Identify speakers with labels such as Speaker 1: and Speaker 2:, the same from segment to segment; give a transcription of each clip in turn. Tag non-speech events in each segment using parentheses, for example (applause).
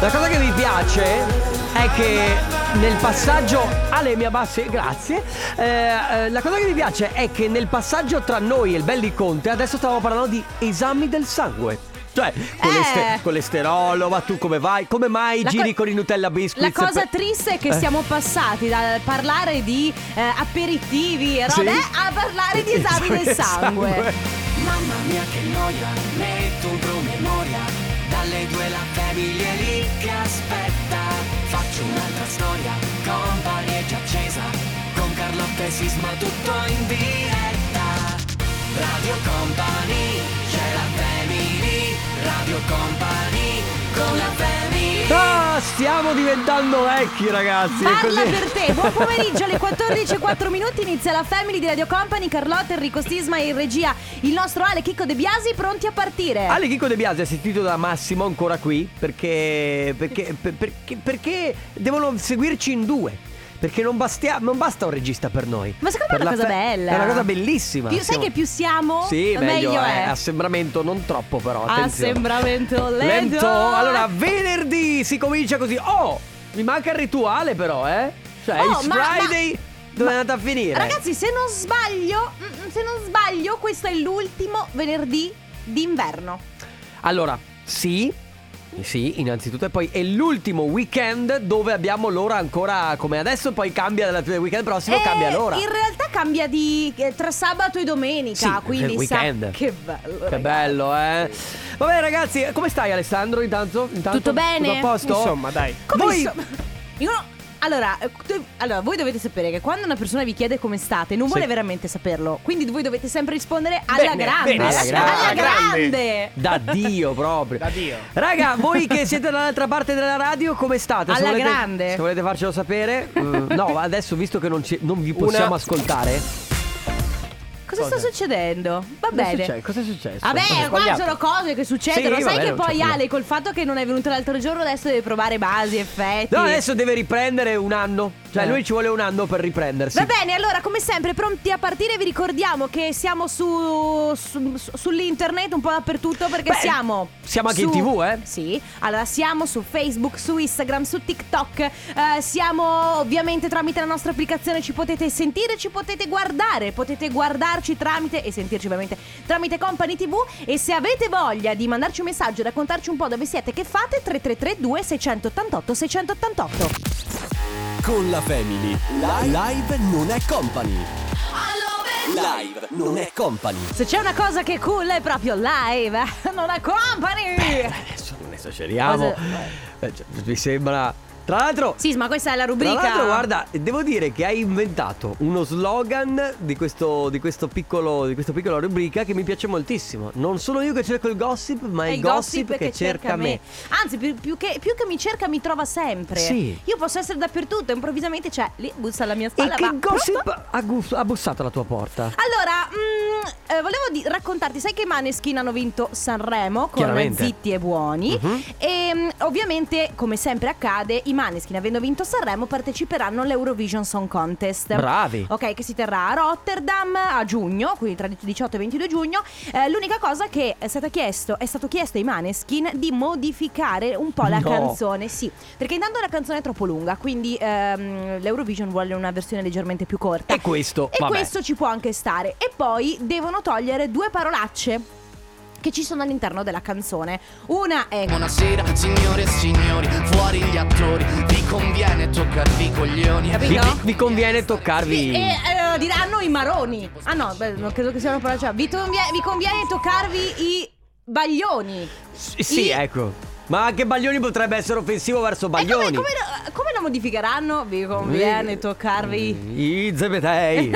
Speaker 1: La cosa che mi piace è che nel passaggio Ale mi abbassi, grazie. Eh, eh, la cosa che mi piace è che nel passaggio tra noi e il Belli Conte adesso stavamo parlando di esami del sangue. Cioè, coleste-
Speaker 2: Eh.
Speaker 1: colesterolo, ma tu come vai? Come mai
Speaker 2: La co-
Speaker 1: giri con i Nutella biscuits?
Speaker 2: La cosa
Speaker 1: per-
Speaker 2: triste è che
Speaker 1: Eh.
Speaker 2: siamo passati dal parlare di eh, aperitivi e
Speaker 1: Sì.
Speaker 2: robe a parlare di esami del sangue.
Speaker 3: Mamma mia che noia, metto un promemoria Dalle due la famiglia è lì che aspetta Faccio un'altra storia, company è già accesa Con Carlotta e Sisma tutto in diretta Radio Company, c'è la family Radio Company, con la family
Speaker 1: Ah, stiamo diventando vecchi, ragazzi. è
Speaker 2: Parla
Speaker 1: così.
Speaker 2: per te, buon pomeriggio alle 14.04 minuti inizia la Family di Radio Company, Carlotta, Enrico Sisma e in regia il nostro Ale Chicco De Biasi pronti a partire.
Speaker 1: Ale Chico De Biasi è sentito da Massimo ancora qui perché, perché, per- perché- perché devono seguirci in due. Perché non, bastia- non basta un regista per noi.
Speaker 2: Ma secondo
Speaker 1: Per
Speaker 2: me è una
Speaker 1: la
Speaker 2: cosa
Speaker 1: fe-
Speaker 2: bella.
Speaker 1: È una cosa bellissima.
Speaker 2: Più- sai che più siamo,
Speaker 1: Sì, meglio,
Speaker 2: meglio
Speaker 1: è.
Speaker 2: è.
Speaker 1: Assembramento non troppo però. attenzione.
Speaker 2: Ah, Assembramento lento.
Speaker 1: lento. Allora, venerdì si comincia così. Oh, mi manca il rituale però, eh. Cioè,
Speaker 2: Oh,
Speaker 1: il
Speaker 2: ma-
Speaker 1: Friday
Speaker 2: ma-
Speaker 1: dove è
Speaker 2: ma-
Speaker 1: andata a finire?
Speaker 2: Ragazzi, se non sbaglio, mm, se non sbaglio, questo è l'ultimo venerdì d'inverno.
Speaker 1: Allora, sì. Sì, innanzitutto e poi è l'ultimo weekend dove abbiamo l'ora ancora come adesso, poi cambia dal weekend prossimo,
Speaker 2: Eh,
Speaker 1: cambia l'ora.
Speaker 2: In realtà cambia di eh, tra sabato e domenica,
Speaker 1: Sì, cioè,
Speaker 2: quindi
Speaker 1: il
Speaker 2: sa-
Speaker 1: weekend.
Speaker 2: che bello.
Speaker 1: Che
Speaker 2: ragazzi.
Speaker 1: bello, eh. Vabbè ragazzi, come stai Alessandro intanto? Intanto?
Speaker 2: Tutto bene?
Speaker 1: Tutto a posto?
Speaker 4: Insomma, dai.
Speaker 2: Come
Speaker 1: Voi-
Speaker 2: so- (laughs) Io- allora, eh, tu- allora, voi dovete sapere che quando una persona vi chiede come state, non vuole
Speaker 1: Sì.
Speaker 2: veramente saperlo. Quindi voi dovete sempre rispondere alla
Speaker 4: Bene,
Speaker 2: grande.
Speaker 4: bene,
Speaker 1: sì, alla
Speaker 2: alla
Speaker 4: grande.
Speaker 2: grande.
Speaker 1: Da Dio proprio.
Speaker 4: Da Dio.
Speaker 1: Raga, voi che siete dall'altra parte della radio, come state?
Speaker 2: Alla
Speaker 1: volete,
Speaker 2: grande.
Speaker 1: Se volete farcelo sapere. mm, no, adesso visto che non, ci- non vi possiamo ascoltare.
Speaker 2: Cosa, sta
Speaker 1: Cosa?
Speaker 2: succedendo? Va
Speaker 1: Cosa è
Speaker 2: bene.
Speaker 1: succe- Cosa è successo?
Speaker 2: Vabbè, qua
Speaker 4: sbagliato.
Speaker 2: sono cose che succedono.
Speaker 1: Sì,
Speaker 2: Sai
Speaker 1: vabbè,
Speaker 2: che
Speaker 1: non c'è
Speaker 2: poi
Speaker 1: problema.
Speaker 2: Ale, col fatto che non è venuto l'altro giorno, adesso deve provare basi, effetti.
Speaker 1: No, adesso deve riprendere un anno. Cioè,
Speaker 2: Eh.
Speaker 1: lui ci vuole un anno per riprendersi.
Speaker 2: Va bene, allora come sempre pronti a partire vi ricordiamo che siamo su, su- su- sull'internet un po' dappertutto perché
Speaker 1: Beh,
Speaker 2: siamo...
Speaker 1: siamo anche
Speaker 2: su-
Speaker 1: in tv, eh?
Speaker 2: Sì, allora siamo su Facebook, su Instagram, su TikTok, eh, siamo ovviamente tramite la nostra applicazione, ci potete sentire, ci potete guardare, potete guardarci tramite e sentirci ovviamente tramite Company TV e se avete voglia di mandarci un messaggio e raccontarci un po' dove siete, che fate, 333 2688 688.
Speaker 5: Con la family. Live, non è company. Live non è company.
Speaker 2: Se c'è una cosa che è cool è proprio live, eh? non la company.
Speaker 1: Adesso non esageriamo. Eh, cioè, mi sembra. Tra l'altro.
Speaker 2: Sì, ma questa è la
Speaker 1: Tra
Speaker 2: rubrica.
Speaker 1: l'altro, guarda, devo dire che hai inventato uno slogan di, questo, di, questo piccolo, di questa piccola rubrica che mi piace moltissimo. Non sono io che cerco il gossip, ma
Speaker 2: È
Speaker 1: è il gossip, che, cerca me.
Speaker 2: Anzi, più, più che, più che mi cerca, mi trova sempre.
Speaker 1: Sì.
Speaker 2: Io posso essere dappertutto, improvvisamente c'è lì, bussa alla mia
Speaker 1: E
Speaker 2: spalla.
Speaker 1: che
Speaker 2: va, pronto?
Speaker 1: gossip ha, gus- ha bussato alla tua porta?
Speaker 2: Allora, mm, eh, volevo di- raccontarti, sai che i Maneskin hanno vinto Sanremo con
Speaker 1: Chiaramente.
Speaker 2: Zitti e Buoni
Speaker 1: Mhm.
Speaker 2: e mm, ovviamente, come sempre accade, i Maneskin avendo vinto Sanremo parteciperanno all'Eurovision Song Contest.
Speaker 1: Bravi.
Speaker 2: Ok, che si terrà a Rotterdam a giugno, quindi tra 18 e 22 giugno. Eh, l'unica cosa che è stata chiesto, è stato chiesto ai Maneskin di modificare un po' la
Speaker 1: No.
Speaker 2: canzone, sì, perché intanto la canzone è troppo lunga, quindi ehm, l'Eurovision vuole una versione leggermente più corta.
Speaker 1: E questo,
Speaker 2: E
Speaker 1: vabbè.
Speaker 2: Eh, questo ci può anche stare. E poi devono togliere due parolacce che ci sono all'interno della canzone. Una è
Speaker 3: Buonasera signore e signori, fuori gli attori Vi conviene toccarvi i coglioni
Speaker 1: Vi,
Speaker 2: Capito?
Speaker 1: vi- vi conviene toccarvi.
Speaker 2: E eh, diranno i maroni. Ah no, beh, non credo che sia una parola. cioè, Vi, convie- vi conviene toccarvi i baglioni.
Speaker 1: S- sì,
Speaker 2: i-
Speaker 1: ecco. Ma anche Baglioni potrebbe essere offensivo verso
Speaker 2: E come,
Speaker 1: Baglioni. Eh.
Speaker 2: come lo- come lo modificheranno? Vi conviene toccarvi.
Speaker 1: I
Speaker 2: (laughs)
Speaker 1: zebetei.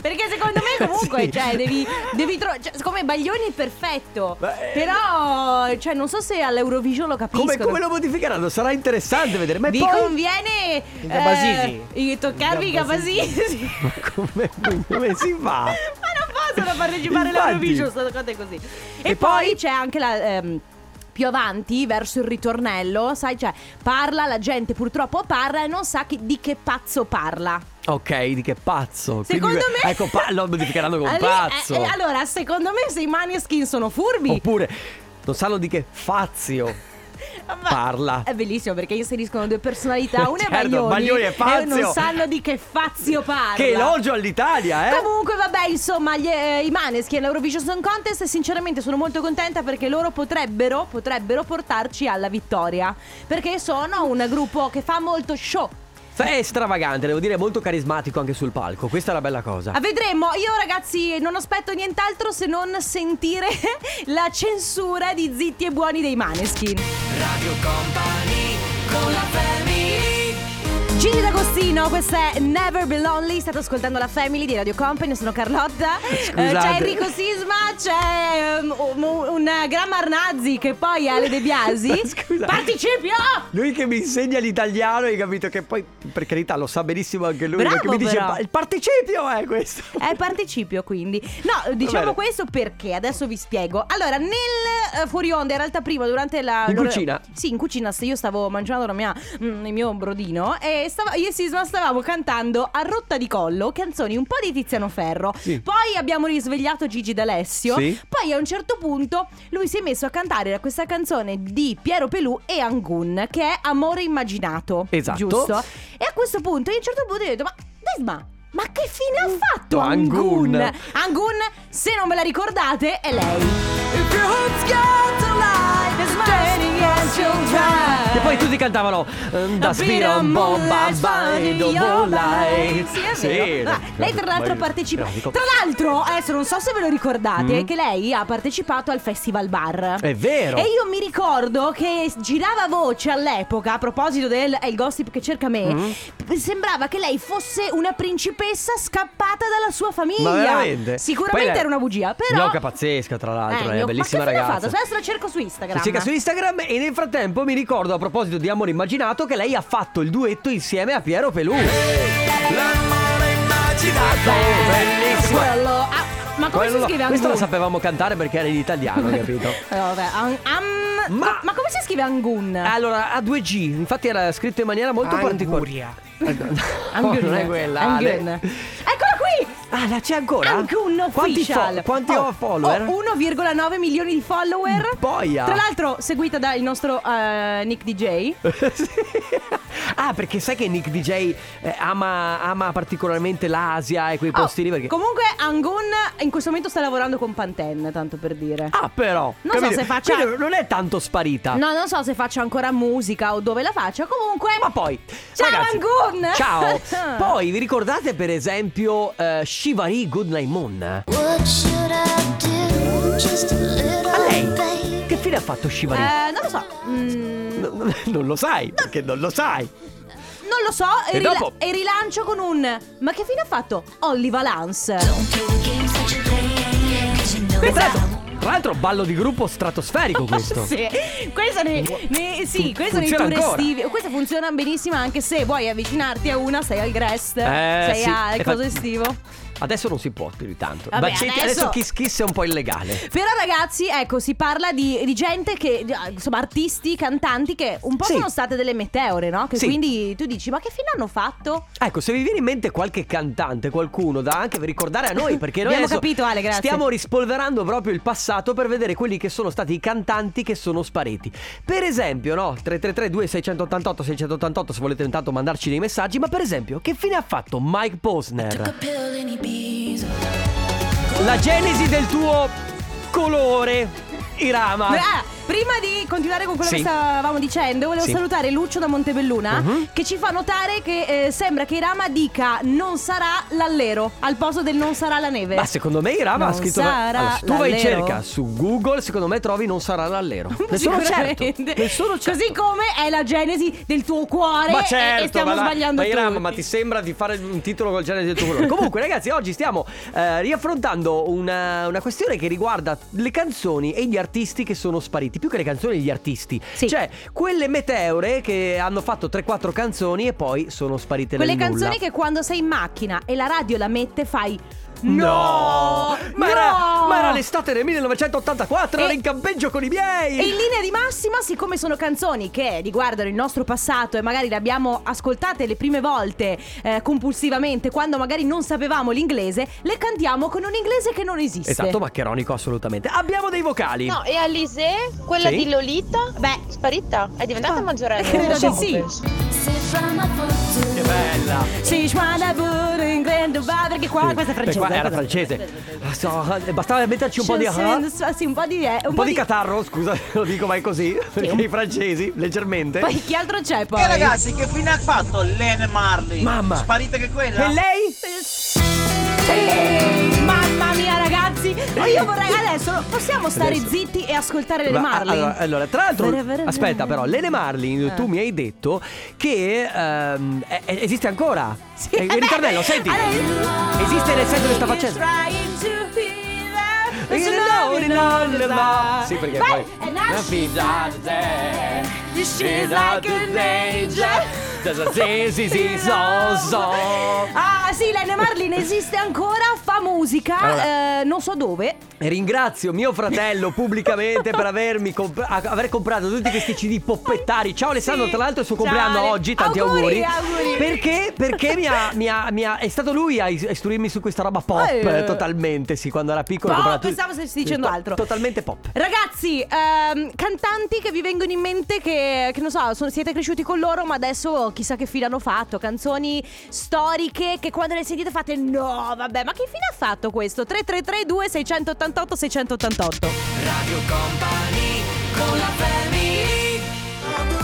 Speaker 2: Perché secondo me comunque,
Speaker 1: Mm. (laughs) Sì.
Speaker 2: cioè, devi, devi trovare. Cioè, siccome Baglioni è perfetto.
Speaker 1: Beh, eh.
Speaker 2: Però, cioè, non so se all'Eurovision lo capiscono.
Speaker 1: Come, come lo modificheranno? Sarà interessante vedere. Ma
Speaker 2: Vi
Speaker 1: poi
Speaker 2: conviene eh,
Speaker 4: I Gabasisi.
Speaker 2: i- toccarvi i Gabasisi.
Speaker 1: Ma come, come (laughs) si fa?
Speaker 2: Ma non possono partecipare
Speaker 1: Infatti.
Speaker 2: all'Eurovision, sono cose così. E,
Speaker 1: E
Speaker 2: poi
Speaker 1: poi?
Speaker 2: c'è anche la. ehm, più avanti, verso il ritornello, sai, cioè, parla, la gente purtroppo parla e non sa chi- di che pazzo parla.
Speaker 1: Ok, di che pazzo. Quindi,
Speaker 2: Secondo me.
Speaker 1: Ecco, pa- lo modificheranno
Speaker 2: (laughs)
Speaker 1: con
Speaker 2: Ah, lì-
Speaker 1: pazzo.
Speaker 2: eh, eh, allora, secondo me, se i Maneskin sono furbi.
Speaker 1: Oppure non sanno di che fazio
Speaker 2: (laughs) Ma
Speaker 1: Oh, Parla.
Speaker 2: È bellissimo perché inseriscono due personalità. Una
Speaker 1: Certo,
Speaker 2: è Baglioni.
Speaker 1: Baglioni è pazzo.
Speaker 2: E non sanno di che fazio parla.
Speaker 1: Che elogio all'Italia, eh?
Speaker 2: Comunque, vabbè, insomma, gli, eh, i Maneschi all'Eurovision Song Contest, sinceramente sono molto contenta perché loro potrebbero, potrebbero portarci alla vittoria. Perché sono un gruppo che fa molto show.
Speaker 1: Fa- È stravagante, devo dire, molto carismatico anche sul palco. Questa è la bella cosa.
Speaker 2: Ah, Vedremo, io ragazzi non aspetto nient'altro se non sentire (laughs) la censura di Zitti e Buoni dei Maneskin.
Speaker 3: Radio Company con la family
Speaker 2: Gigi D'Agostino, questa è Never Be Lonely, state ascoltando la Family di Radio Company, sono Carlotta, Eh,
Speaker 1: Scusate.
Speaker 2: c'è Enrico Sisma, c'è ehm, un, un Gran Marnazzi che poi è Ale De Biasi.
Speaker 1: Scusa.
Speaker 2: Participio!
Speaker 1: Lui che mi insegna l'italiano, hai capito che poi, per carità, lo sa benissimo anche lui.
Speaker 2: Bravo,
Speaker 1: perché mi dice
Speaker 2: però.
Speaker 1: "Pa- il participio è questo.
Speaker 2: È participio quindi. No, diciamo
Speaker 1: bene.
Speaker 2: questo perché adesso vi spiego. Allora, nel eh, fuori onda, in realtà prima durante la
Speaker 1: In
Speaker 2: loro-
Speaker 1: cucina?
Speaker 2: Sì, in cucina, se io stavo mangiando la mia, mm, il mio brodino e stava, io e Sisma stavamo cantando a rotta di collo canzoni un po' di Tiziano Ferro.
Speaker 1: Sì.
Speaker 2: Poi abbiamo risvegliato Gigi D'Alessio.
Speaker 1: Sì.
Speaker 2: Poi a un certo punto lui si è messo a cantare questa canzone di Piero Pelù e Angun che è Amore immaginato.
Speaker 1: Esatto.
Speaker 2: Giusto? E a questo punto, io a un certo punto, io ho detto: Ma Desma, ma che fine
Speaker 1: Mm.
Speaker 2: ha fatto
Speaker 1: Angun?
Speaker 2: Angun? Angun, se non ve la ricordate, è lei. If your heart's got a light, it's burning as you drive.
Speaker 1: E poi tutti cantavano "Mm, Da
Speaker 2: A bit
Speaker 1: spiro
Speaker 2: of
Speaker 1: un po'
Speaker 2: moonlight shining in your eyes. oh, Sì, è vero. Ah, lei
Speaker 1: Cioè,
Speaker 2: tra l'altro ha partecipato.
Speaker 1: partecipa
Speaker 2: Tra l'altro, adesso non so se ve lo ricordate, che lei ha partecipato al Festival Bar.
Speaker 1: Mm? È vero.
Speaker 2: E io mi ricordo che girava voce all'epoca a proposito del è il gossip che cerca me.
Speaker 1: Mm?
Speaker 2: p- Sembrava che lei fosse una principessa scappata dalla sua famiglia.
Speaker 1: Ma veramente?
Speaker 2: Sicuramente
Speaker 1: Poi lei-
Speaker 2: era una bugia, però.
Speaker 1: Gnocca pazzesca, tra l'altro,
Speaker 2: Eh,
Speaker 1: è una
Speaker 2: gnocca-
Speaker 1: bellissima
Speaker 2: ma che fine ha
Speaker 1: ragazza.
Speaker 2: fatto? Adesso la cerco su Instagram.
Speaker 1: Si cerca su Instagram e nel frattempo mi ricordo a proposito di Amore Immaginato che lei ha fatto il duetto insieme a Piero Pelù.
Speaker 3: L'amore immaginato
Speaker 1: Bellissimo.
Speaker 2: Quello. ah, ma come
Speaker 1: Quello-
Speaker 2: si scrive
Speaker 1: Questo lo
Speaker 2: Angun?
Speaker 1: sapevamo cantare perché era in italiano,
Speaker 2: (laughs)
Speaker 1: capito?
Speaker 2: Eh, vabbè, an- am-
Speaker 1: Ma-
Speaker 2: co- ma come si scrive Angun?
Speaker 1: Allora, a 2G, infatti era scritto in maniera molto particolare.
Speaker 2: Angun.
Speaker 1: non è quella,
Speaker 2: Angun.
Speaker 1: Ale.
Speaker 2: Eccola qui!
Speaker 1: Ah, la c'è ancora?
Speaker 2: Angun
Speaker 1: Quanti,
Speaker 2: official.
Speaker 1: fo- quanti
Speaker 2: Oh,
Speaker 1: ho follower? Mm,
Speaker 2: oh, 1,9 milioni di follower.
Speaker 1: Boia.
Speaker 2: Tra l'altro, seguita dal nostro eh, Nick DJ.
Speaker 1: (laughs) Sì. ah, perché sai che Nick DJ eh, ama, ama particolarmente l'Asia e quei
Speaker 2: Oh,
Speaker 1: posti lì perché...
Speaker 2: Comunque, Angun in questo momento sta lavorando con Pantene, tanto per dire.
Speaker 1: Ah, però.
Speaker 2: Non so se faccia-
Speaker 1: Quindi non è tanto sparita.
Speaker 2: No, non so se faccia ancora musica o dove la faccia. Comunque.
Speaker 1: Ma poi,
Speaker 2: Ciao,
Speaker 1: ragazzi,
Speaker 2: Angun!
Speaker 1: Ciao.
Speaker 2: (laughs)
Speaker 1: Poi vi ricordate, per esempio, eh, Shivari Goodnight Moon?
Speaker 4: What should I do? Just a
Speaker 1: A
Speaker 4: little
Speaker 1: lei?
Speaker 4: baby.
Speaker 1: Che fine ha fatto Shivari?
Speaker 2: Eh, non lo so. Mm,
Speaker 1: No, no, (laughs) non lo sai, perché non lo sai.
Speaker 2: non lo so.
Speaker 1: E
Speaker 2: rila-
Speaker 1: dopo?
Speaker 2: e rilancio con un. Ma che fine ha fatto? Olly Valance.
Speaker 1: Tra l'altro, tra l'altro, ballo di gruppo stratosferico questo.
Speaker 2: Esatto. (laughs) Sì, questo nei, nei- sì, questo nei
Speaker 1: funziona
Speaker 2: tour
Speaker 1: ancora.
Speaker 2: estivi. Questa funziona benissimo anche se vuoi avvicinarti a una, sei al Grest,
Speaker 1: Eh,
Speaker 2: sei
Speaker 1: sì.
Speaker 2: al
Speaker 1: E
Speaker 2: coso
Speaker 1: fa-
Speaker 2: estivo.
Speaker 1: Adesso non si può più di tanto.
Speaker 2: Vabbè,
Speaker 1: Bacetti-
Speaker 2: adesso-
Speaker 1: adesso Kiss Kiss è un po' illegale.
Speaker 2: Però ragazzi, ecco, si parla di, di gente che, di- ah, insomma, artisti, cantanti che un po'
Speaker 1: Sì.
Speaker 2: sono state delle meteore, no? Che
Speaker 1: Sì.
Speaker 2: quindi tu dici, ma che fine hanno fatto?
Speaker 1: Ecco, se vi viene in mente qualche cantante, qualcuno da anche ricordare a noi,
Speaker 2: (laughs)
Speaker 1: perché noi
Speaker 2: Abbiamo
Speaker 1: adesso
Speaker 2: capito, Ale, grazie.
Speaker 1: stiamo rispolverando proprio il passato per vedere quelli che sono stati i cantanti che sono spariti. Per esempio, no, 3332 688 688 se volete intanto mandarci dei messaggi, ma per esempio, che fine ha fatto Mike Posner? La genesi del tuo colore, Irama.
Speaker 2: Ah, prima di continuare con quello
Speaker 1: Sì.
Speaker 2: che stavamo dicendo, volevo
Speaker 1: Sì. Mhm.
Speaker 2: salutare Lucio da Montebelluna che ci fa notare che eh, sembra che Irama dica non sarà l'allero al posto del non sarà la neve.
Speaker 1: Ma secondo me Irama ha
Speaker 2: Non
Speaker 1: scritto
Speaker 2: sarà
Speaker 1: Allora, se tu vai in
Speaker 2: l'allero.
Speaker 1: cerca su Google, secondo me trovi non sarà
Speaker 2: (laughs)
Speaker 1: l'allero. Ne sono certo.
Speaker 2: Sicuramente.
Speaker 1: Ne sono certo.
Speaker 2: Così come è la genesi del tuo cuore
Speaker 1: ma
Speaker 2: e-
Speaker 1: certo,
Speaker 2: e, stiamo
Speaker 1: ma dai,
Speaker 2: sbagliando
Speaker 1: dai, Irama,
Speaker 2: tutti.
Speaker 1: ma ti sembra di fare un titolo col genere del tuo colore? Comunque, ragazzi, oggi stiamo eh, riaffrontando una, una questione che riguarda le canzoni e gli artisti che sono spariti. Più che le canzoni, gli artisti.
Speaker 2: Sì.
Speaker 1: Cioè, quelle meteore che hanno fatto 3-4 canzoni e poi sono sparite
Speaker 2: Quelle
Speaker 1: nel nulla.
Speaker 2: canzoni che quando sei in macchina e la radio la mette fai
Speaker 1: No! Ma, Era,
Speaker 2: No!
Speaker 1: ma era l'estate del 1984, ero
Speaker 2: E-
Speaker 1: in campeggio con i
Speaker 2: E in
Speaker 1: miei!
Speaker 2: linea di massima, siccome sono canzoni che riguardano il nostro passato e magari le abbiamo ascoltate le prime volte eh, compulsivamente, quando magari non sapevamo l'inglese, le cantiamo con un inglese che non esiste.
Speaker 1: Esatto, maccheronico, assolutamente. Abbiamo dei vocali.
Speaker 6: No, e Alise, quella
Speaker 1: Sì.
Speaker 6: di Lolita,
Speaker 2: Beh.
Speaker 6: sparita, è diventata
Speaker 2: Ah,
Speaker 6: maggiorenne.
Speaker 2: credo
Speaker 6: Non lo
Speaker 2: di sì.
Speaker 6: penso.
Speaker 1: Che bella!
Speaker 2: Sì, schmada bur in grande va, perché qua questa è
Speaker 1: Perché
Speaker 2: francese.
Speaker 1: qua era
Speaker 2: cosa-
Speaker 1: francese. Ah, so, bastava metterci un po' di. ah, un
Speaker 2: Sì, un po' di... eh,
Speaker 1: po' di catarro, scusa, (laughs) lo dico mai così. Perché i francesi, leggermente.
Speaker 2: Poi chi altro c'è poi?
Speaker 1: Eh,
Speaker 7: E ragazzi, che fine ha fatto Lene Marley?
Speaker 1: Mamma.
Speaker 7: Sparita che quella?
Speaker 1: E lei?
Speaker 2: Sì, Mamma mia ragazzi, ma io vorrei adesso possiamo stare
Speaker 1: Eh. Adesso.
Speaker 2: zitti e ascoltare le
Speaker 1: Ma,
Speaker 2: Marley.
Speaker 1: Allora, allora, tra l'altro,
Speaker 2: Vera, vera, vera.
Speaker 1: aspetta, però, Lene
Speaker 2: Eh.
Speaker 1: Marlin, tu mi hai detto che ehm, eh, eh, esiste ancora.
Speaker 2: Sì,
Speaker 1: Eh,
Speaker 2: vabbè. (laughs)
Speaker 1: ritornello, senti.
Speaker 2: Allora-
Speaker 1: Esiste nel senso che sta facendo.
Speaker 2: Trying to feel that-
Speaker 1: It's a lonely lullaby. Sì, perché
Speaker 2: Beh,
Speaker 1: poi-
Speaker 2: and now she's out there. She's like an angel.
Speaker 1: Sì,
Speaker 2: (laughs)
Speaker 1: sì, sì, so, so.
Speaker 2: Ah sì, Lene Marlin esiste ancora, fa musica,
Speaker 1: Allora.
Speaker 2: eh, non so dove.
Speaker 1: E Ringrazio mio fratello pubblicamente per avermi comp- a- aver comprato tutti questi CD poppettari. Ciao Alessandro,
Speaker 2: Sì.
Speaker 1: tra l'altro è il suo
Speaker 2: Ciao,
Speaker 1: compleanno
Speaker 2: Ale.
Speaker 1: oggi, tanti auguri.
Speaker 2: Auguri, auguri.
Speaker 1: Perché? Perché mi ha, mi ha- mi ha- è stato lui a is- a istruirmi su questa roba pop
Speaker 2: Eh.
Speaker 1: totalmente, sì, quando era piccolo.
Speaker 2: No,
Speaker 1: comprava tu-
Speaker 2: pensavo stessi dicendo
Speaker 1: to-
Speaker 2: altro.
Speaker 1: Totalmente pop.
Speaker 2: Ragazzi, ehm, cantanti che vi vengono in mente che, che non so, sono- siete cresciuti con loro, ma adesso chissà che fine hanno fatto. Canzoni storiche che quando le sentite fate no, vabbè, ma che fine ha fatto questo? 3332 688 688.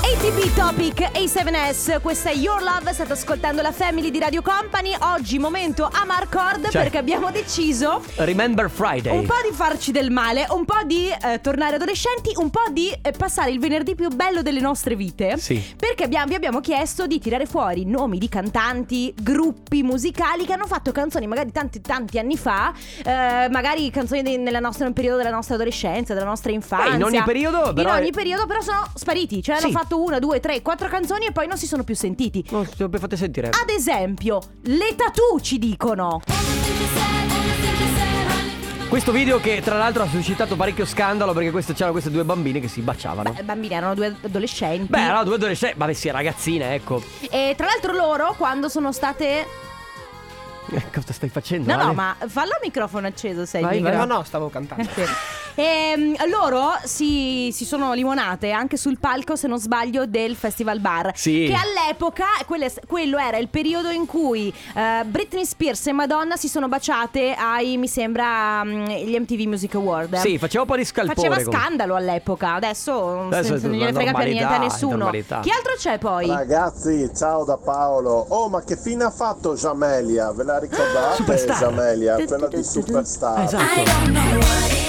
Speaker 2: ATP Topic A7S, questa è Your Love, state ascoltando la Family di Radio Company. Oggi momento a Marcord
Speaker 1: Cioè.
Speaker 2: perché abbiamo deciso
Speaker 1: Remember
Speaker 2: un
Speaker 1: Friday.
Speaker 2: po' di farci del male, un po' di eh, tornare adolescenti, un po' di eh, passare il venerdì più bello delle nostre vite.
Speaker 1: Sì.
Speaker 2: Perché abbiamo- vi abbiamo chiesto di tirare fuori nomi di cantanti, gruppi musicali che hanno fatto canzoni magari tanti, tanti anni fa, eh, magari canzoni de- nella nostra- nel periodo della nostra adolescenza, della nostra infanzia.
Speaker 1: Beh, Eh, in ogni periodo,
Speaker 2: In
Speaker 1: però-
Speaker 2: ogni periodo, però sono spariti. Cioè
Speaker 1: Sì.
Speaker 2: hanno fatto una, due, tre, quattro canzoni e poi non si sono più sentiti.
Speaker 1: Non so, mi fate sentire.
Speaker 2: Ad esempio, le tatu ci dicono.
Speaker 1: Questo video che tra l'altro ha suscitato parecchio scandalo perché questo- c'erano queste due bambine che si baciavano.
Speaker 2: Beh, Eh, bambini erano due adolescenti.
Speaker 1: Eh. Beh, erano due adolescenti. Vabbè, sì, ragazzine, ecco. (laughs)
Speaker 2: E tra l'altro loro quando sono state
Speaker 1: Eh, Cosa stai facendo?
Speaker 2: No, no,
Speaker 1: Ale?
Speaker 2: ma fallo a microfono acceso, sei
Speaker 1: Vai,
Speaker 2: il
Speaker 1: vai.
Speaker 2: micro.
Speaker 8: No, no, stavo cantando.
Speaker 2: (laughs) Sì. Ehm, loro si, si sono limonate anche sul palco, se non sbaglio, del Festival Bar.
Speaker 1: Sì.
Speaker 2: Che all'epoca, quelle- quello era il periodo in cui eh, Britney Spears e Madonna si sono baciate ai, mi sembra, mm, gli MTV Music Award.
Speaker 1: Sì, faceva un po' di scalpore.
Speaker 2: Faceva
Speaker 1: comunque.
Speaker 2: scandalo all'epoca, adesso, non-
Speaker 1: Adesso è
Speaker 2: non
Speaker 1: una
Speaker 2: gliene frega per niente
Speaker 1: normalità,
Speaker 2: a
Speaker 1: è
Speaker 2: nessuno.
Speaker 1: normalità.
Speaker 2: Chi altro c'è poi?
Speaker 9: Ragazzi, ciao da Paolo. Oh, ma che fine ha fatto Jamelia? Ve la ricordate?
Speaker 1: Superstar.
Speaker 9: Jamelia, quella di Superstar.
Speaker 1: Esatto.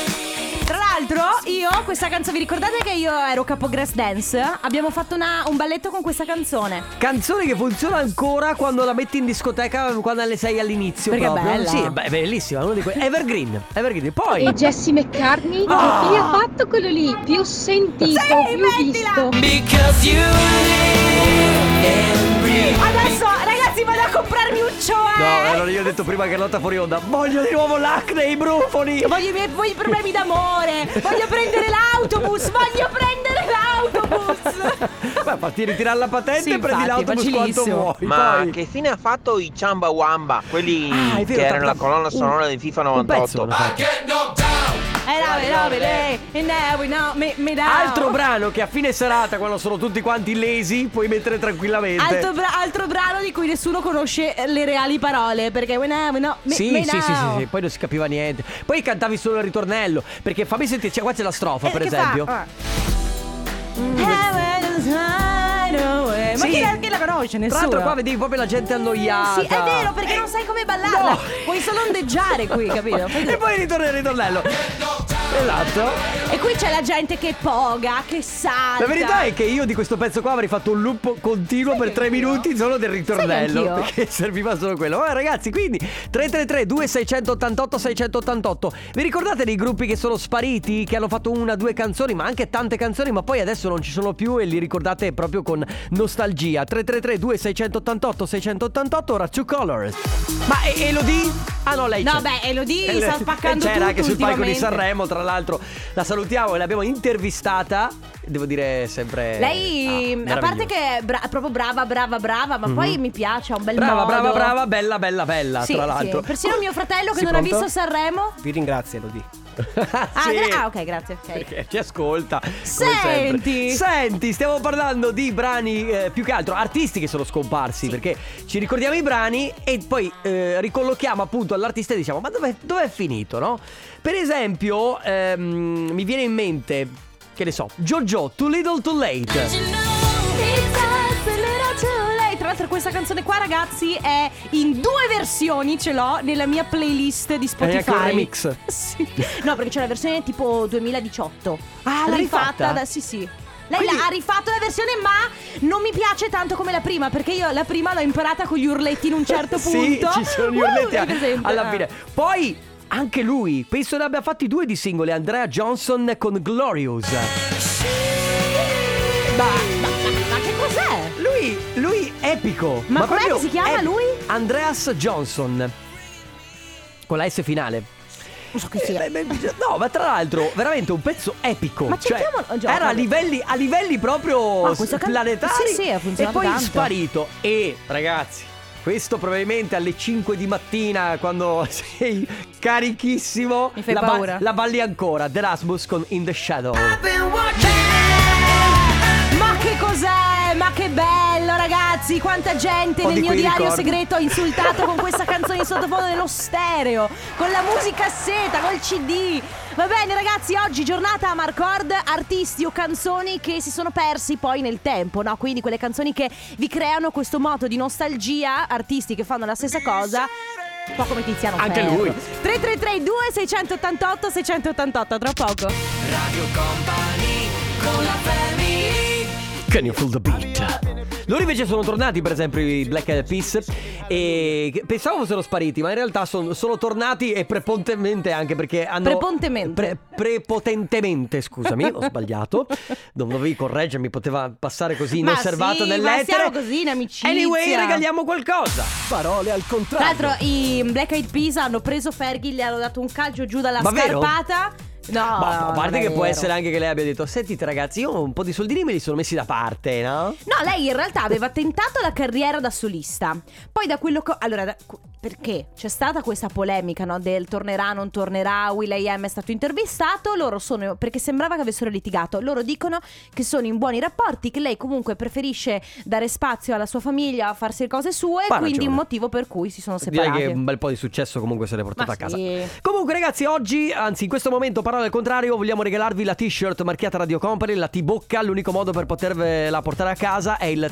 Speaker 2: Tra l'altro, io questa canzone, vi ricordate che io ero capo Grass Dance? Abbiamo fatto una- un balletto con questa canzone.
Speaker 1: Canzone che funziona ancora quando la metti in discoteca quando le sei all'inizio.
Speaker 2: Perché è
Speaker 1: proprio.
Speaker 2: bella.
Speaker 1: Sì, è be- è bellissima. Uno di quei- Evergreen. Evergreen. Poi.
Speaker 6: Jesse McCartney,
Speaker 1: Ah!
Speaker 6: che fine ha fatto quello lì? Più sentito,
Speaker 2: Sì,
Speaker 6: più
Speaker 2: mettila!
Speaker 6: visto.
Speaker 2: Adesso, ragazzi, vado a comprarmi un cioè.
Speaker 1: No, allora io ho detto prima che lotta fuori onda. Voglio di nuovo l'acne, i brufoli.
Speaker 2: Voglio i miei voglio i problemi d'amore. Voglio prendere l'autobus. Voglio prendere l'autobus.
Speaker 1: Ma fatti ritirare la patente
Speaker 2: Sì,
Speaker 1: e prendi
Speaker 2: infatti,
Speaker 1: l'autobus quanto
Speaker 2: facilissimo.
Speaker 1: vuoi.
Speaker 10: (laughs) Ma
Speaker 1: poi.
Speaker 10: che fine ha fatto i Chamba Wamba? Quelli
Speaker 1: Ah, è vero,
Speaker 10: che erano la
Speaker 1: tanto-
Speaker 10: colonna
Speaker 1: un-
Speaker 10: sonora di FIFA
Speaker 1: un pezzo
Speaker 10: 98.
Speaker 1: hanno fatto.
Speaker 2: E la e now we know me, me down.
Speaker 1: Altro brano che a fine serata, quando sono tutti quanti lesi, puoi mettere tranquillamente.
Speaker 2: Altro, bra- altro brano di cui nessuno conosce eh, le reali parole. Perché we now, we know, me,
Speaker 1: Sì,
Speaker 2: me
Speaker 1: sì, sì, sì,
Speaker 2: now.
Speaker 1: sì, poi non si capiva niente. Poi cantavi solo il ritornello. Perché fammi sentire, cioè, qua c'è la strofa,
Speaker 2: Eh,
Speaker 1: per
Speaker 2: che fa?
Speaker 1: esempio. Mm.
Speaker 2: Ah. Heaven is hide away. Ma
Speaker 1: Sì.
Speaker 2: chi, la, chi la conosce?
Speaker 1: Tra
Speaker 2: Nessuno.
Speaker 1: l'altro qua Ah, vedevi proprio la gente annoiata.
Speaker 2: Sì, è vero, perché
Speaker 1: (laughs)
Speaker 2: non sai come ballarla. Puoi solo ondeggiare qui, capito?
Speaker 1: E poi ritorna il ritornello. Esatto.
Speaker 2: E qui c'è la gente che poga, che salta.
Speaker 1: La verità è che io di questo pezzo qua avrei fatto un loop continuo per tre minuti solo del
Speaker 2: Sai che
Speaker 1: ritornello.
Speaker 2: anch'io?
Speaker 1: Perché (laughs) serviva solo quello. Ma ragazzi, quindi 333 2688 688. Vi ricordate dei gruppi che sono spariti, che hanno fatto una, due canzoni, ma anche tante canzoni, ma poi adesso non ci sono più e li ricordate proprio con nostalgia. 333 2688 688 ora Two Colors. Ma e- Elodie? Ah no, lei
Speaker 2: No,
Speaker 1: c'è.
Speaker 2: beh, Elodie
Speaker 1: Eh,
Speaker 2: sta
Speaker 1: lei-
Speaker 2: spaccando
Speaker 1: C'era
Speaker 2: tutto
Speaker 1: anche sul palco di
Speaker 2: ultimamente.
Speaker 1: Sanremo, tra l'altro. La salutiamo e l'abbiamo intervistata. Devo dire sempre.
Speaker 2: Lei,
Speaker 1: ah,
Speaker 2: a
Speaker 1: meravigliosa.
Speaker 2: parte che è bra- proprio brava, brava, brava, ma poi mi piace, ha un bel
Speaker 1: Brava,
Speaker 2: modo.
Speaker 1: brava, brava, bella, bella, bella,
Speaker 2: Sì,
Speaker 1: tra
Speaker 2: sì.
Speaker 1: l'altro.
Speaker 2: Persino mio fratello che
Speaker 1: Sì,
Speaker 2: non ha
Speaker 1: pronto?
Speaker 2: visto Sanremo.
Speaker 8: Vi ringrazio, Elodie.
Speaker 2: Ah,
Speaker 1: (laughs) Sì.
Speaker 2: gra- ah, ok, grazie. ok.
Speaker 1: Perché ci ascolta. come
Speaker 2: Senti.
Speaker 1: sempre. Senti, stiamo parlando di brani eh, più che altro artisti che sono scomparsi. Perché ci ricordiamo i brani e poi eh, ricollochiamo appunto all'artista e diciamo: Ma dov'è, dov'è finito, no? Per esempio, ehm, mi viene in mente, che ne so, Jojo, Too Little Too Late.
Speaker 2: Lei, Tra l'altro questa canzone qua ragazzi è in due versioni, ce l'ho nella mia playlist di Spotify.
Speaker 1: anche un remix.
Speaker 2: (laughs) Sì. No, perché c'è la versione tipo 2018.
Speaker 1: Ah, l'hai fatta?
Speaker 2: da sì, sì. Lei
Speaker 1: Quindi-
Speaker 2: l'ha- ha rifatto la versione, ma non mi piace tanto come la prima, perché io la prima l'ho imparata con gli urletti in un
Speaker 1: (laughs)
Speaker 2: certo
Speaker 1: sì,
Speaker 2: punto.
Speaker 1: ci sono gli
Speaker 2: Uh,
Speaker 1: urletti
Speaker 2: hai presente?
Speaker 1: alla fine. Ah. Poi anche lui, penso ne abbia fatti due di singoli, Andrea Johnson con Glorious.
Speaker 2: Ma, ma- ma che cos'è?
Speaker 1: Lui, lui epico.
Speaker 2: Ma com'è
Speaker 1: proprio
Speaker 2: che si chiama
Speaker 1: epico.
Speaker 2: lui?
Speaker 1: Andreas Johnson. Con la S finale.
Speaker 2: Non so che sia.
Speaker 1: Eh, beh, beh, No, ma tra l'altro, veramente un pezzo epico.
Speaker 2: Ma
Speaker 1: cioè,
Speaker 2: cerchiamolo- già,
Speaker 1: era a
Speaker 2: vabbè.
Speaker 1: livelli, a livelli proprio
Speaker 2: Ma Ah, questo
Speaker 1: s-
Speaker 2: can-
Speaker 1: planetari.
Speaker 2: sì, sì, ha
Speaker 1: e
Speaker 2: funzionato
Speaker 1: poi
Speaker 2: tanto.
Speaker 1: sparito. E ragazzi. Questo probabilmente alle 5 di mattina quando (laughs) sei carichissimo
Speaker 2: Mi fai
Speaker 1: la, ba-
Speaker 2: paura.
Speaker 1: la balli ancora The Rasmus con In The Shadow
Speaker 2: Ma che cos'è? Ma che bello, ragazzi! Quanta gente
Speaker 1: Ho
Speaker 2: nel
Speaker 1: di
Speaker 2: mio
Speaker 1: quei
Speaker 2: diario
Speaker 1: ricordi.
Speaker 2: segreto ha insultato con questa canzone in sottofondo nello stereo, con la musica a seta, col CD. Va bene, ragazzi, oggi giornata a Marcord, artisti o canzoni che si sono persi poi nel tempo, no? Quindi quelle canzoni che vi creano questo moto di nostalgia, artisti che fanno la stessa cosa. Un po' come Tiziano
Speaker 1: Anche
Speaker 2: Ferro.
Speaker 1: lui.
Speaker 2: 3332 688 688 tra poco.
Speaker 1: Can you feel the beat? Loro invece sono tornati, per esempio, i Black Eyed Peas e che- pensavo fossero spariti, ma in realtà son- sono tornati e prepotentemente anche perché hanno
Speaker 2: Prepontemente.
Speaker 1: Pre- prepotentemente, scusami, ho sbagliato. (laughs) Non dovevi correggermi, poteva passare così
Speaker 2: Ma
Speaker 1: inosservato
Speaker 2: sì,
Speaker 1: nelle
Speaker 2: ma
Speaker 1: lettere.
Speaker 2: siamo così in amicizia.
Speaker 1: Anyway, regaliamo qualcosa.
Speaker 5: Parole al
Speaker 2: Tra
Speaker 5: contrario.
Speaker 2: l'altro i Black Eyed Peas hanno preso Fergie, gli hanno dato un calcio giù dalla
Speaker 1: Ma vero?
Speaker 2: scarpata. No,
Speaker 1: Ma- ma a
Speaker 2: Oh, non
Speaker 1: parte
Speaker 2: è
Speaker 1: che può
Speaker 2: vero.
Speaker 1: essere anche che lei abbia detto: Sentite, ragazzi, io un po' di soldini me li sono messi da parte, no?
Speaker 2: No, lei in realtà aveva tentato la carriera da solista. Poi da quello che... Allora, da- cu- perché? C'è stata questa polemica, no? Del tornerà, non tornerà, Will I.M. è stato intervistato, loro sono... perché sembrava che avessero litigato. Loro dicono che sono in buoni rapporti, che lei comunque preferisce dare spazio alla sua famiglia, a farsi le cose sue,
Speaker 1: Ma ha
Speaker 2: quindi
Speaker 1: ragione.
Speaker 2: un motivo per cui si sono
Speaker 1: Direi
Speaker 2: separati.
Speaker 1: che un bel po' di successo comunque se l'è portato
Speaker 2: Ma
Speaker 1: a casa.
Speaker 2: sì.
Speaker 1: Comunque, ragazzi, oggi, anzi, in questo momento, parola al contrario, vogliamo regalarvi la t-shirt marchiata Radio Company, la T-Bocca. L'unico modo per potervela portare a casa è il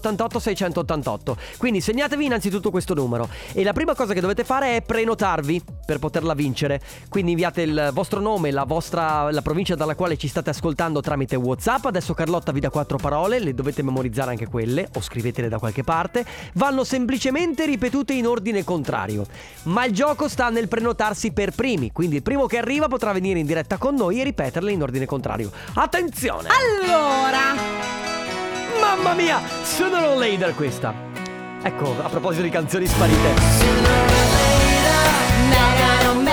Speaker 1: 333-2688-688. Quindi segnatevi innanzitutto questo numero. E la prima cosa che dovete fare è prenotarvi per poterla vincere. Quindi inviate il vostro nome, la vostra la provincia dalla quale ci state ascoltando tramite WhatsApp. Adesso Carlotta vi dà quattro parole, le dovete memorizzare anche quelle o scrivetele da qualche parte. Vanno semplicemente ripetute in ordine contrario. Ma il gioco sta nel prenotarsi per primi, quindi il primo che arriva potrà venire in diretta con noi e ripeterle in ordine contrario. Attenzione!
Speaker 2: Allora...
Speaker 1: Mamma mia, sooner or later questa. Ecco, a proposito di canzoni sparite.
Speaker 2: No, no, no, no.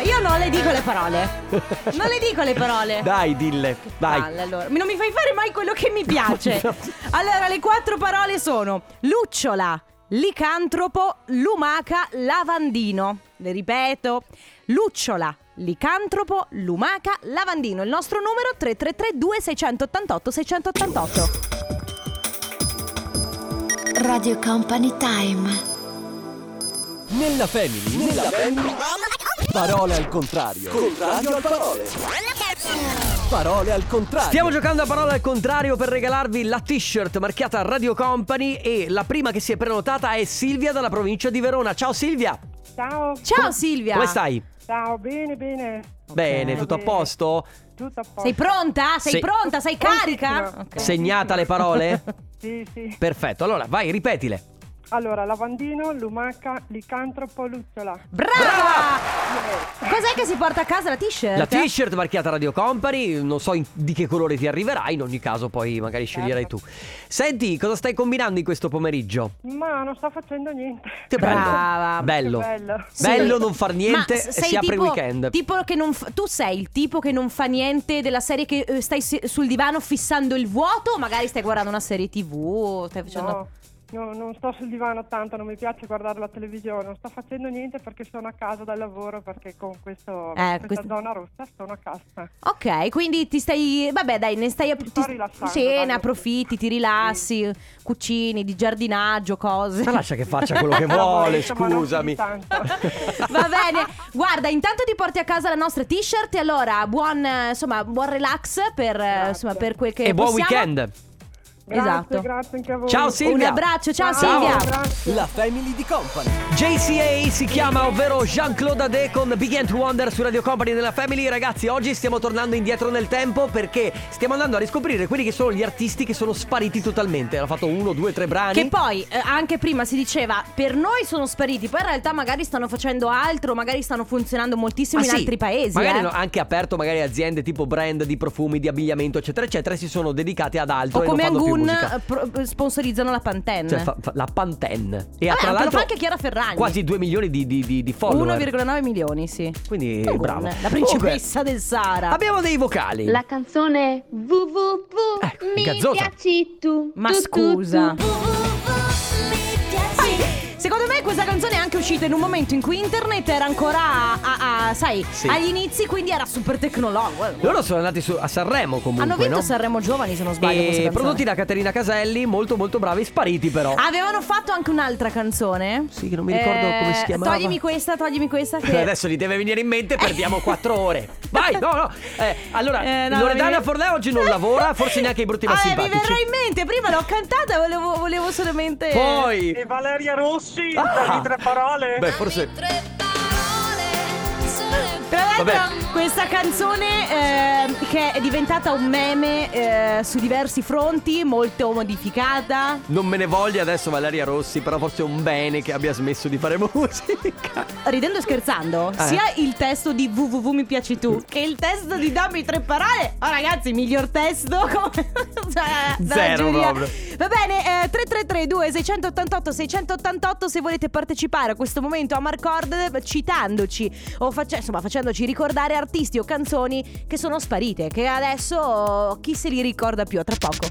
Speaker 2: Io non le dico le parole. (laughs) Non le dico le
Speaker 1: (laughs)
Speaker 2: parole.
Speaker 1: Dai, dille, dai.
Speaker 2: Palle, allora. Non mi fai fare mai quello che mi piace. Allora, le quattro parole sono lucciola, licantropo, lumaca, lavandino. Le ripeto. Lucciola, licantropo, lumaca, lavandino. Il nostro numero 333 2688 688.
Speaker 4: Radio Company Time.
Speaker 5: Nella family. Nella, family. Parole al contrario. Contrario al parole. Parole al contrario.
Speaker 1: Stiamo giocando a parola al contrario per regalarvi la t-shirt marchiata Radio Company e la prima che si è prenotata è Silvia dalla provincia di Verona. Ciao Silvia,
Speaker 2: Ciao Silvia.
Speaker 1: come stai?
Speaker 8: Ciao, bene, bene.
Speaker 1: Bene, tutto a posto?
Speaker 8: Tutto a posto.
Speaker 2: Sei pronta? Sei
Speaker 1: Sì.
Speaker 2: pronta? Sei carica?
Speaker 8: Prontissima.
Speaker 2: Ok.
Speaker 1: Segnata le parole?
Speaker 2: (laughs)
Speaker 8: Sì, sì.
Speaker 1: Perfetto, allora vai, ripetile.
Speaker 8: Allora, lavandino, lumaca, licantropo, lucciola.
Speaker 2: Brava! Cos'è che si porta a casa la t-shirt?
Speaker 1: La t-shirt marchiata Radio Company, non so in- di che colore ti arriverà, in ogni caso poi magari
Speaker 2: Certo.
Speaker 1: sceglierai tu. Senti, cosa stai combinando in questo pomeriggio?
Speaker 8: Ma non sto facendo niente.
Speaker 1: Che bello.
Speaker 2: Brava.
Speaker 1: Bello.
Speaker 8: Che bello.
Speaker 2: Sì.
Speaker 1: Bello non far niente
Speaker 2: Ma
Speaker 1: e
Speaker 2: s- sei
Speaker 1: si apre il
Speaker 2: tipo-
Speaker 1: weekend.
Speaker 2: tipo che non fa- tu sei il tipo che non fa niente della serie che eh, stai se- sul divano fissando il vuoto o magari stai guardando una serie tv o stai facendo...
Speaker 8: No, no, non sto sul divano tanto, non mi piace guardare la televisione, non sto facendo niente perché sono a casa dal lavoro, perché con questo,
Speaker 2: Eh,
Speaker 8: questa
Speaker 2: questo-
Speaker 8: zona rossa sono a casa.
Speaker 2: Ok, quindi ti stai... Vabbè dai, ne stai...
Speaker 8: Mi sto
Speaker 2: ti-
Speaker 8: rilassando,
Speaker 2: Sì,
Speaker 8: dai.
Speaker 2: ne approfitti, ti rilassi, cucini, di giardinaggio, cose.
Speaker 1: Ma lascia che faccia quello
Speaker 8: (laughs)
Speaker 1: che
Speaker 8: Però,
Speaker 1: vuole,
Speaker 8: insomma, non più
Speaker 1: scusami. (laughs)
Speaker 8: tanto.
Speaker 2: (laughs) Va bene, guarda, intanto ti porti a casa la nostra t-shirt e allora buon, eh, insomma, buon relax per, eh,
Speaker 8: Grazie.
Speaker 2: insomma, per quel che
Speaker 1: E buon
Speaker 2: possiamo.
Speaker 1: weekend.
Speaker 8: Grazie,
Speaker 2: Esatto.
Speaker 8: grazie anche a voi.
Speaker 1: Ciao Silvia.
Speaker 2: Un abbraccio, ciao,
Speaker 1: Ciao.
Speaker 2: Silvia.
Speaker 8: Grazie.
Speaker 5: La family di Company.
Speaker 1: JCA si chiama, ovvero Jean-Claude Ade con Big End Wonder su Radio Company della Family. Ragazzi, oggi stiamo tornando indietro nel tempo perché stiamo andando a riscoprire quelli che sono gli artisti che sono spariti totalmente. Hanno fatto uno, due, tre brani.
Speaker 2: Che poi eh, anche prima si diceva per noi sono spariti, poi in realtà magari stanno facendo altro, magari stanno funzionando moltissimo
Speaker 1: Ah,
Speaker 2: in
Speaker 1: sì.
Speaker 2: altri paesi.
Speaker 1: Magari
Speaker 2: eh.
Speaker 1: hanno anche aperto magari aziende tipo brand di profumi, di abbigliamento, eccetera, eccetera, e si sono dedicate ad altro
Speaker 2: o
Speaker 1: e
Speaker 2: come
Speaker 1: non fanno più
Speaker 2: Angun
Speaker 1: musica.
Speaker 2: eh, pro- eh, sponsorizzano la Pantene.
Speaker 1: Cioè, fa- fa- la Pantene. E ha tra
Speaker 2: Vabbè, anche- lo
Speaker 1: l'altro
Speaker 2: fa anche Chiara Ferragni.
Speaker 1: quasi 2 milioni di, di, di, di follower.
Speaker 2: 1,9 milioni, sì.
Speaker 1: Quindi
Speaker 2: Angun,
Speaker 1: bravo.
Speaker 2: La principessa del
Speaker 1: Comunque,
Speaker 2: Sahara.
Speaker 1: abbiamo dei vocali.
Speaker 4: La canzone www
Speaker 1: Eh,
Speaker 4: mi
Speaker 1: gazzosa.
Speaker 4: piaci tu.
Speaker 2: Ma
Speaker 4: tu, tu,
Speaker 2: scusa.
Speaker 4: tu. Www mi piaci.
Speaker 2: Secondo me questa canzone è anche uscita in un momento in cui internet era ancora, a- a- a- sai,
Speaker 1: Sì.
Speaker 2: agli inizi, quindi era super tecnologico.
Speaker 1: Loro sono andati su- a Sanremo comunque.
Speaker 2: Hanno vinto
Speaker 1: no?
Speaker 2: Sanremo Giovani, se non sbaglio. questa
Speaker 1: E
Speaker 2: canzone.
Speaker 1: prodotti da Caterina Caselli, molto molto bravi, spariti però.
Speaker 2: Avevano fatto anche un'altra canzone. Eh,
Speaker 1: Sì, che non mi ricordo come si chiamava.
Speaker 2: Toglimi questa, toglimi questa.
Speaker 1: (laughs)
Speaker 2: Che...
Speaker 1: Adesso gli deve venire in mente,
Speaker 2: (laughs)
Speaker 1: perdiamo 4 ore. Vai, no, no. Eh, allora,
Speaker 2: Eh, no,
Speaker 1: Loredana
Speaker 2: mi-
Speaker 1: Forlè oggi non lavora, forse neanche i
Speaker 2: (laughs)
Speaker 1: brutti ma
Speaker 2: Ah, mi
Speaker 1: simpatici.
Speaker 2: verrà in mente, prima l'ho cantata, volevo, volevo solamente.
Speaker 1: Poi
Speaker 8: E Valeria Rossi,
Speaker 1: Ah.
Speaker 8: di tre parole.
Speaker 1: Beh, forse
Speaker 2: Tra l'altro,
Speaker 1: Vabbè.
Speaker 2: questa canzone eh, che è diventata un meme eh, su diversi fronti, molto modificata.
Speaker 1: non me ne voglia adesso Valeria Rossi, però forse è un bene che abbia smesso di fare (laughs) musica.
Speaker 2: Ridendo e scherzando,
Speaker 1: Eh.
Speaker 2: sia il testo di www mi piaci tu che il testo di dammi tre parole. Oh ragazzi, miglior testo (laughs) come cioè, da
Speaker 1: Zero
Speaker 2: Giulia.
Speaker 1: proprio.
Speaker 2: Va bene, eh, 3332 688 688 se volete partecipare a questo momento a Marcord citandoci o facce- insomma facendoci ricordare artisti o canzoni che sono sparite, che adesso oh, chi se li ricorda più, A tra poco.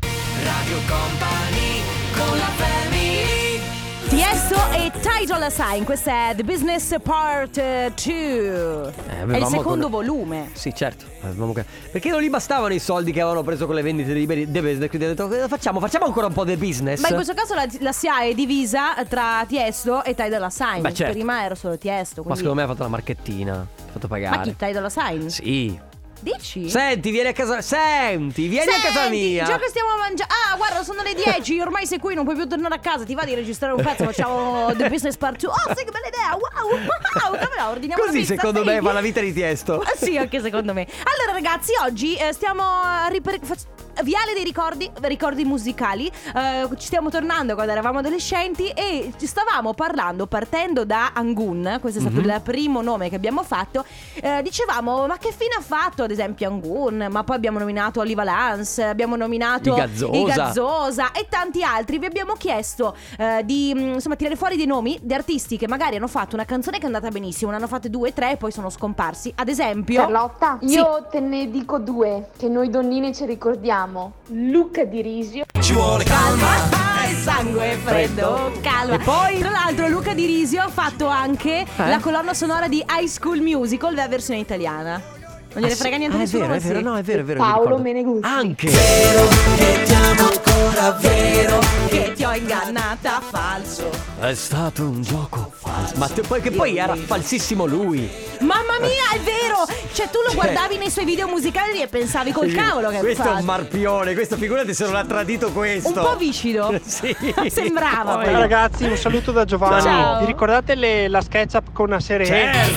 Speaker 2: Tiesto e Title Assign, questo è The Business Part 2. è il
Speaker 1: Eh, avevamo
Speaker 2: secondo
Speaker 1: con-
Speaker 2: volume.
Speaker 1: Sì, certo. avevamo ca- Perché non gli bastavano i soldi che avevano preso con le vendite di beni- di business. Quindi ho detto, "Cosa facciamo, facciamo ancora un po' di business.
Speaker 2: Ma in questo caso la, la SIA è divisa tra Tiesto e Tidal Assign.
Speaker 1: Beh, certo.
Speaker 2: Prima era solo Tiesto.
Speaker 1: Ma
Speaker 2: Quindi...
Speaker 1: secondo me ha fatto la marchettina. Ha fatto pagare.
Speaker 2: Ma chi Tidal Assign?
Speaker 1: Sì.
Speaker 2: Dici?
Speaker 1: Senti, vieni a casa. Senti, vieni a casa
Speaker 2: Senti,
Speaker 1: mia.
Speaker 2: Già che stiamo a mangiare. Ah, guarda, sono le 10. Ormai sei qui, non puoi più tornare a casa. Ti va di registrare un pezzo?
Speaker 1: (laughs)
Speaker 2: Facciamo The Business Part 2. Oh, sì, che bella idea! Wow, wow, come la ordiniamo? una
Speaker 1: Così
Speaker 2: pizza,
Speaker 1: secondo
Speaker 2: sì.
Speaker 1: me va la vita di Tiesto.
Speaker 2: Ah, sì, anche secondo me. Allora, ragazzi, oggi eh, stiamo a riper- fac- Viale dei ricordi, ricordi musicali. Eh, ci stiamo tornando quando eravamo adolescenti e ci stavamo parlando, partendo da Angun. Questo è stato il primo nome che abbiamo fatto. Eh, dicevamo, ma che fine ha fatto, ad esempio, Angun? Ma poi abbiamo nominato Oliva Lance, abbiamo nominato
Speaker 1: I Gazzosa.
Speaker 2: I Gazzosa e tanti altri. Vi abbiamo chiesto eh, di mh, insomma tirare fuori dei nomi di artisti che magari hanno fatto una canzone che è andata benissimo, ne hanno fatte due, tre e poi sono scomparsi. Ad esempio,
Speaker 11: Carlotta,
Speaker 2: Sì.
Speaker 11: io te ne dico due che noi donnine ci ricordiamo. Luca di Risio.
Speaker 5: Ci vuole
Speaker 2: calma. Il sangue è
Speaker 1: Freddo.
Speaker 2: freddo, calma.
Speaker 1: E poi? Eh?
Speaker 2: tra l'altro, Luca Di Risio ha fatto anche la colonna sonora di High School Musical, la versione italiana. Non gliene
Speaker 1: Ah, sì.
Speaker 2: frega niente
Speaker 1: Ah, è
Speaker 2: nessuno.
Speaker 1: vero, è
Speaker 2: sì.
Speaker 1: vero, no, è vero, è vero. mi
Speaker 11: Paolo
Speaker 1: ricordo.
Speaker 11: Meneguzzi.
Speaker 1: Anche.
Speaker 2: Che ti ho ingannata, falso.
Speaker 1: È stato un gioco falso. Ma te- poi, che poi era falsissimo lui.
Speaker 2: Mamma mia, è vero! Cioè, tu lo
Speaker 1: Cioè.
Speaker 2: guardavi nei suoi video musicali e pensavi col cavolo che
Speaker 1: Questo è
Speaker 2: fa-
Speaker 1: un marpione, questo figurati se non ha tradito questo.
Speaker 2: Un po' viscido.
Speaker 1: Sì.
Speaker 2: Sembrava.
Speaker 1: Poi-
Speaker 2: però.
Speaker 8: Ciao ragazzi, un saluto da Giovanni.
Speaker 2: Ciao.
Speaker 8: Vi ricordate le- la SketchUp con una serie?
Speaker 1: Certo.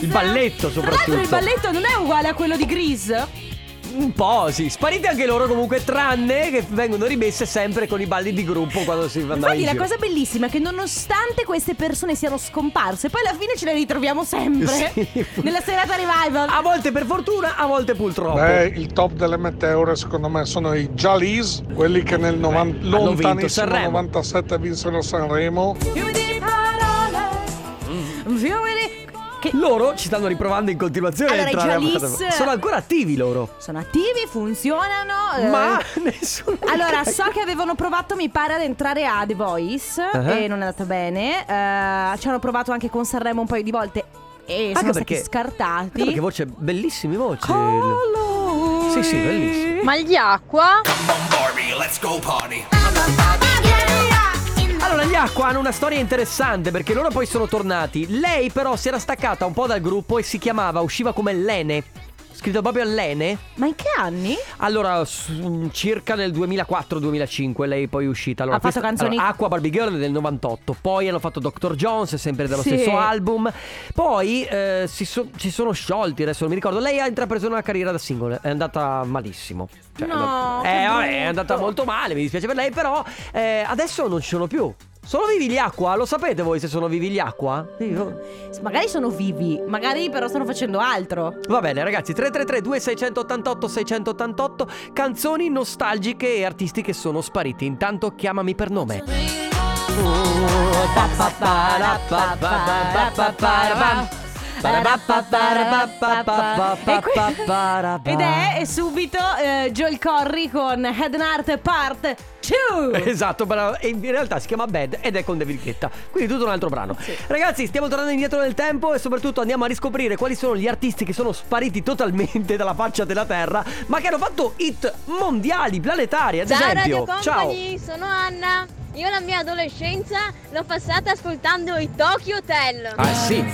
Speaker 1: Il balletto
Speaker 2: Tra l'altro il
Speaker 1: soprattutto.
Speaker 2: balletto non è uguale a quello di Grease?
Speaker 1: Un po', sì. Sparite anche loro comunque, tranne che vengono rimesse sempre con i balli di gruppo quando si vanno in
Speaker 2: Infatti la
Speaker 1: giro.
Speaker 2: cosa bellissima è che nonostante queste persone siano scomparse, poi alla fine ce le ritroviamo sempre
Speaker 1: Sì.
Speaker 2: (laughs)
Speaker 1: Ah.
Speaker 2: nella serata revival.
Speaker 1: A volte per fortuna, a volte purtroppo.
Speaker 12: Beh, il top delle meteore secondo me sono i Jalis, quelli che nel 90,
Speaker 1: hanno vinto
Speaker 12: lontanissimo
Speaker 1: Sanremo.
Speaker 12: 97 vinsero Sanremo.
Speaker 2: Più di parole, più di-
Speaker 1: Mm. Loro ci stanno riprovando in continuazione. a
Speaker 2: Allora, i
Speaker 1: entrare a-
Speaker 2: Jalis-
Speaker 1: Sono ancora attivi loro.
Speaker 2: Sono attivi, funzionano. eh.
Speaker 1: Ma (laughs) nessuno.
Speaker 2: Allora, so che avevano provato, mi pare, ad entrare a The Voice
Speaker 1: Ah.
Speaker 2: e non è andata bene. Eh, ci hanno provato anche con Sanremo un paio di volte e
Speaker 1: Ah,
Speaker 2: sono stati scartati.
Speaker 1: Anche perché voce, bellissime voci.
Speaker 2: Colori.
Speaker 1: Sì, sì, bellissime.
Speaker 6: Magli acqua.
Speaker 1: Allora, gli Acqua hanno una storia interessante perché loro poi sono tornati. Lei però si era staccata un po' dal gruppo e si chiamava, usciva come Lene. Scritto proprio Lene.
Speaker 2: Ma in che anni?
Speaker 1: Allora, s- mm, circa nel 2004-2005 lei poi è uscita. Allora,
Speaker 2: Ha fatto canzoni-
Speaker 1: allora, Acqua Barbie Girl del 98. Poi hanno fatto Dr. Jones, sempre dello
Speaker 2: Sì.
Speaker 1: stesso album. Poi eh, si, so- si sono sciolti, adesso non mi ricordo. Lei ha intrapreso una carriera da single, è andata malissimo. Cioè, è
Speaker 2: No,
Speaker 1: andata-
Speaker 2: che
Speaker 1: eh, vabbè, è
Speaker 2: brutto.
Speaker 1: andata molto male, mi dispiace per lei, però eh, adesso non ci sono più. Sono vivi gli acqua? Lo sapete voi se sono vivi gli acqua? Sì, io-
Speaker 2: oh. Magari sono vivi, magari però stanno facendo altro.
Speaker 1: Va bene ragazzi, 333-2688-688, canzoni nostalgiche e artisti che sono spariti. Intanto chiamami per nome.
Speaker 2: E que- Ed è e subito eh, Joel Corry con Head and Heart Part 2.
Speaker 1: (laughs) Esatto, bravo. E in realtà si chiama Bad ed è con David Guetta. Quindi tutto un altro brano. Ragazzi, stiamo tornando indietro nel tempo e soprattutto andiamo a riscoprire quali sono gli artisti che sono spariti totalmente dalla faccia della terra, ma che hanno fatto hit mondiali, planetari, ad
Speaker 13: Ciao Radio
Speaker 1: esempio.
Speaker 13: Company, sono Anna. Io la mia adolescenza l'ho passata ascoltando i Tokyo Hotel.
Speaker 1: Ah, sì.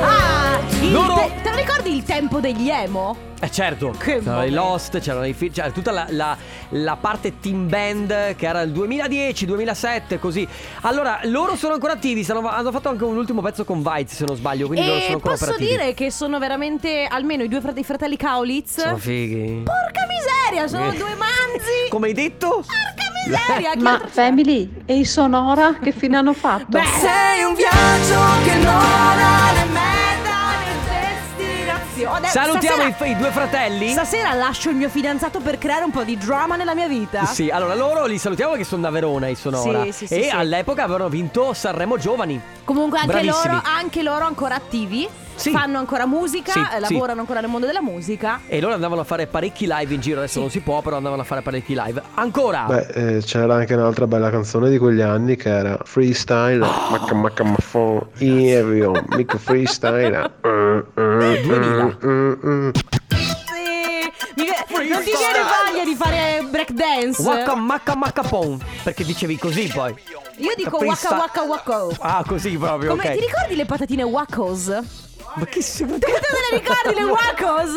Speaker 2: Ah, il
Speaker 1: Loro-
Speaker 2: te- te lo ricordi il tempo degli emo?
Speaker 1: Eh certo,
Speaker 2: Che
Speaker 1: c'erano i Lost, c'erano i film, c'era tutta la, la- la parte team band che era il 2010, 2007, così. Allora, loro sono ancora attivi, stanno- hanno fatto anche un ultimo pezzo con Vites, se non sbaglio, quindi loro sono
Speaker 2: E
Speaker 1: ancora
Speaker 2: Eh, posso
Speaker 1: operativi.
Speaker 2: dire che sono veramente almeno i due frate- i fratelli Kaulitz.
Speaker 1: Sono fighi.
Speaker 2: Porca miseria, sono
Speaker 1: Eh.
Speaker 2: due manzi.
Speaker 1: Come hai detto?
Speaker 2: Porca miseria, chi
Speaker 6: Ma
Speaker 2: altro-
Speaker 6: Family e i Sonora che fine hanno fatto?
Speaker 2: Beh.
Speaker 3: Sei un viaggio che non ha le
Speaker 2: Oh, adesso-
Speaker 1: Salutiamo
Speaker 2: stasera-
Speaker 1: i, f- i due fratelli.
Speaker 2: Stasera lascio il mio fidanzato per creare un po' di drama nella mia vita.
Speaker 1: Sì, allora loro li salutiamo che sono da Verona i Sonora.
Speaker 2: Sì, sì, sì,
Speaker 1: e
Speaker 2: sì.
Speaker 1: all'epoca avevano vinto Sanremo Giovani.
Speaker 2: Comunque anche
Speaker 1: Bravissimi.
Speaker 2: loro, anche loro ancora attivi. Fanno ancora musica,
Speaker 1: Sì,
Speaker 2: eh,
Speaker 1: sì.
Speaker 2: lavorano ancora nel mondo della musica.
Speaker 1: E loro andavano a fare parecchi live in giro, adesso non si può, però andavano a fare parecchi live. Ancora!
Speaker 14: Beh, eh, c'era anche un'altra bella canzone di quegli anni che era Freestyle, macca macca maffo, io, mica freestyle. eh, eh,
Speaker 2: Mm,
Speaker 1: 2000.
Speaker 14: eh, eh.
Speaker 2: (laughs) Sì. Mi ve- non ti viene voglia di fare breakdance?
Speaker 1: Waka macca macca pom. Perché dicevi così poi.
Speaker 2: Io dico
Speaker 1: Caprissa-
Speaker 2: waka waka wacko.
Speaker 1: Ah, così proprio,
Speaker 2: Come
Speaker 1: ok.
Speaker 2: ti ricordi le patatine
Speaker 1: (laughs)
Speaker 2: wackos?
Speaker 1: Ma che si
Speaker 2: Te le ricordi le wackos?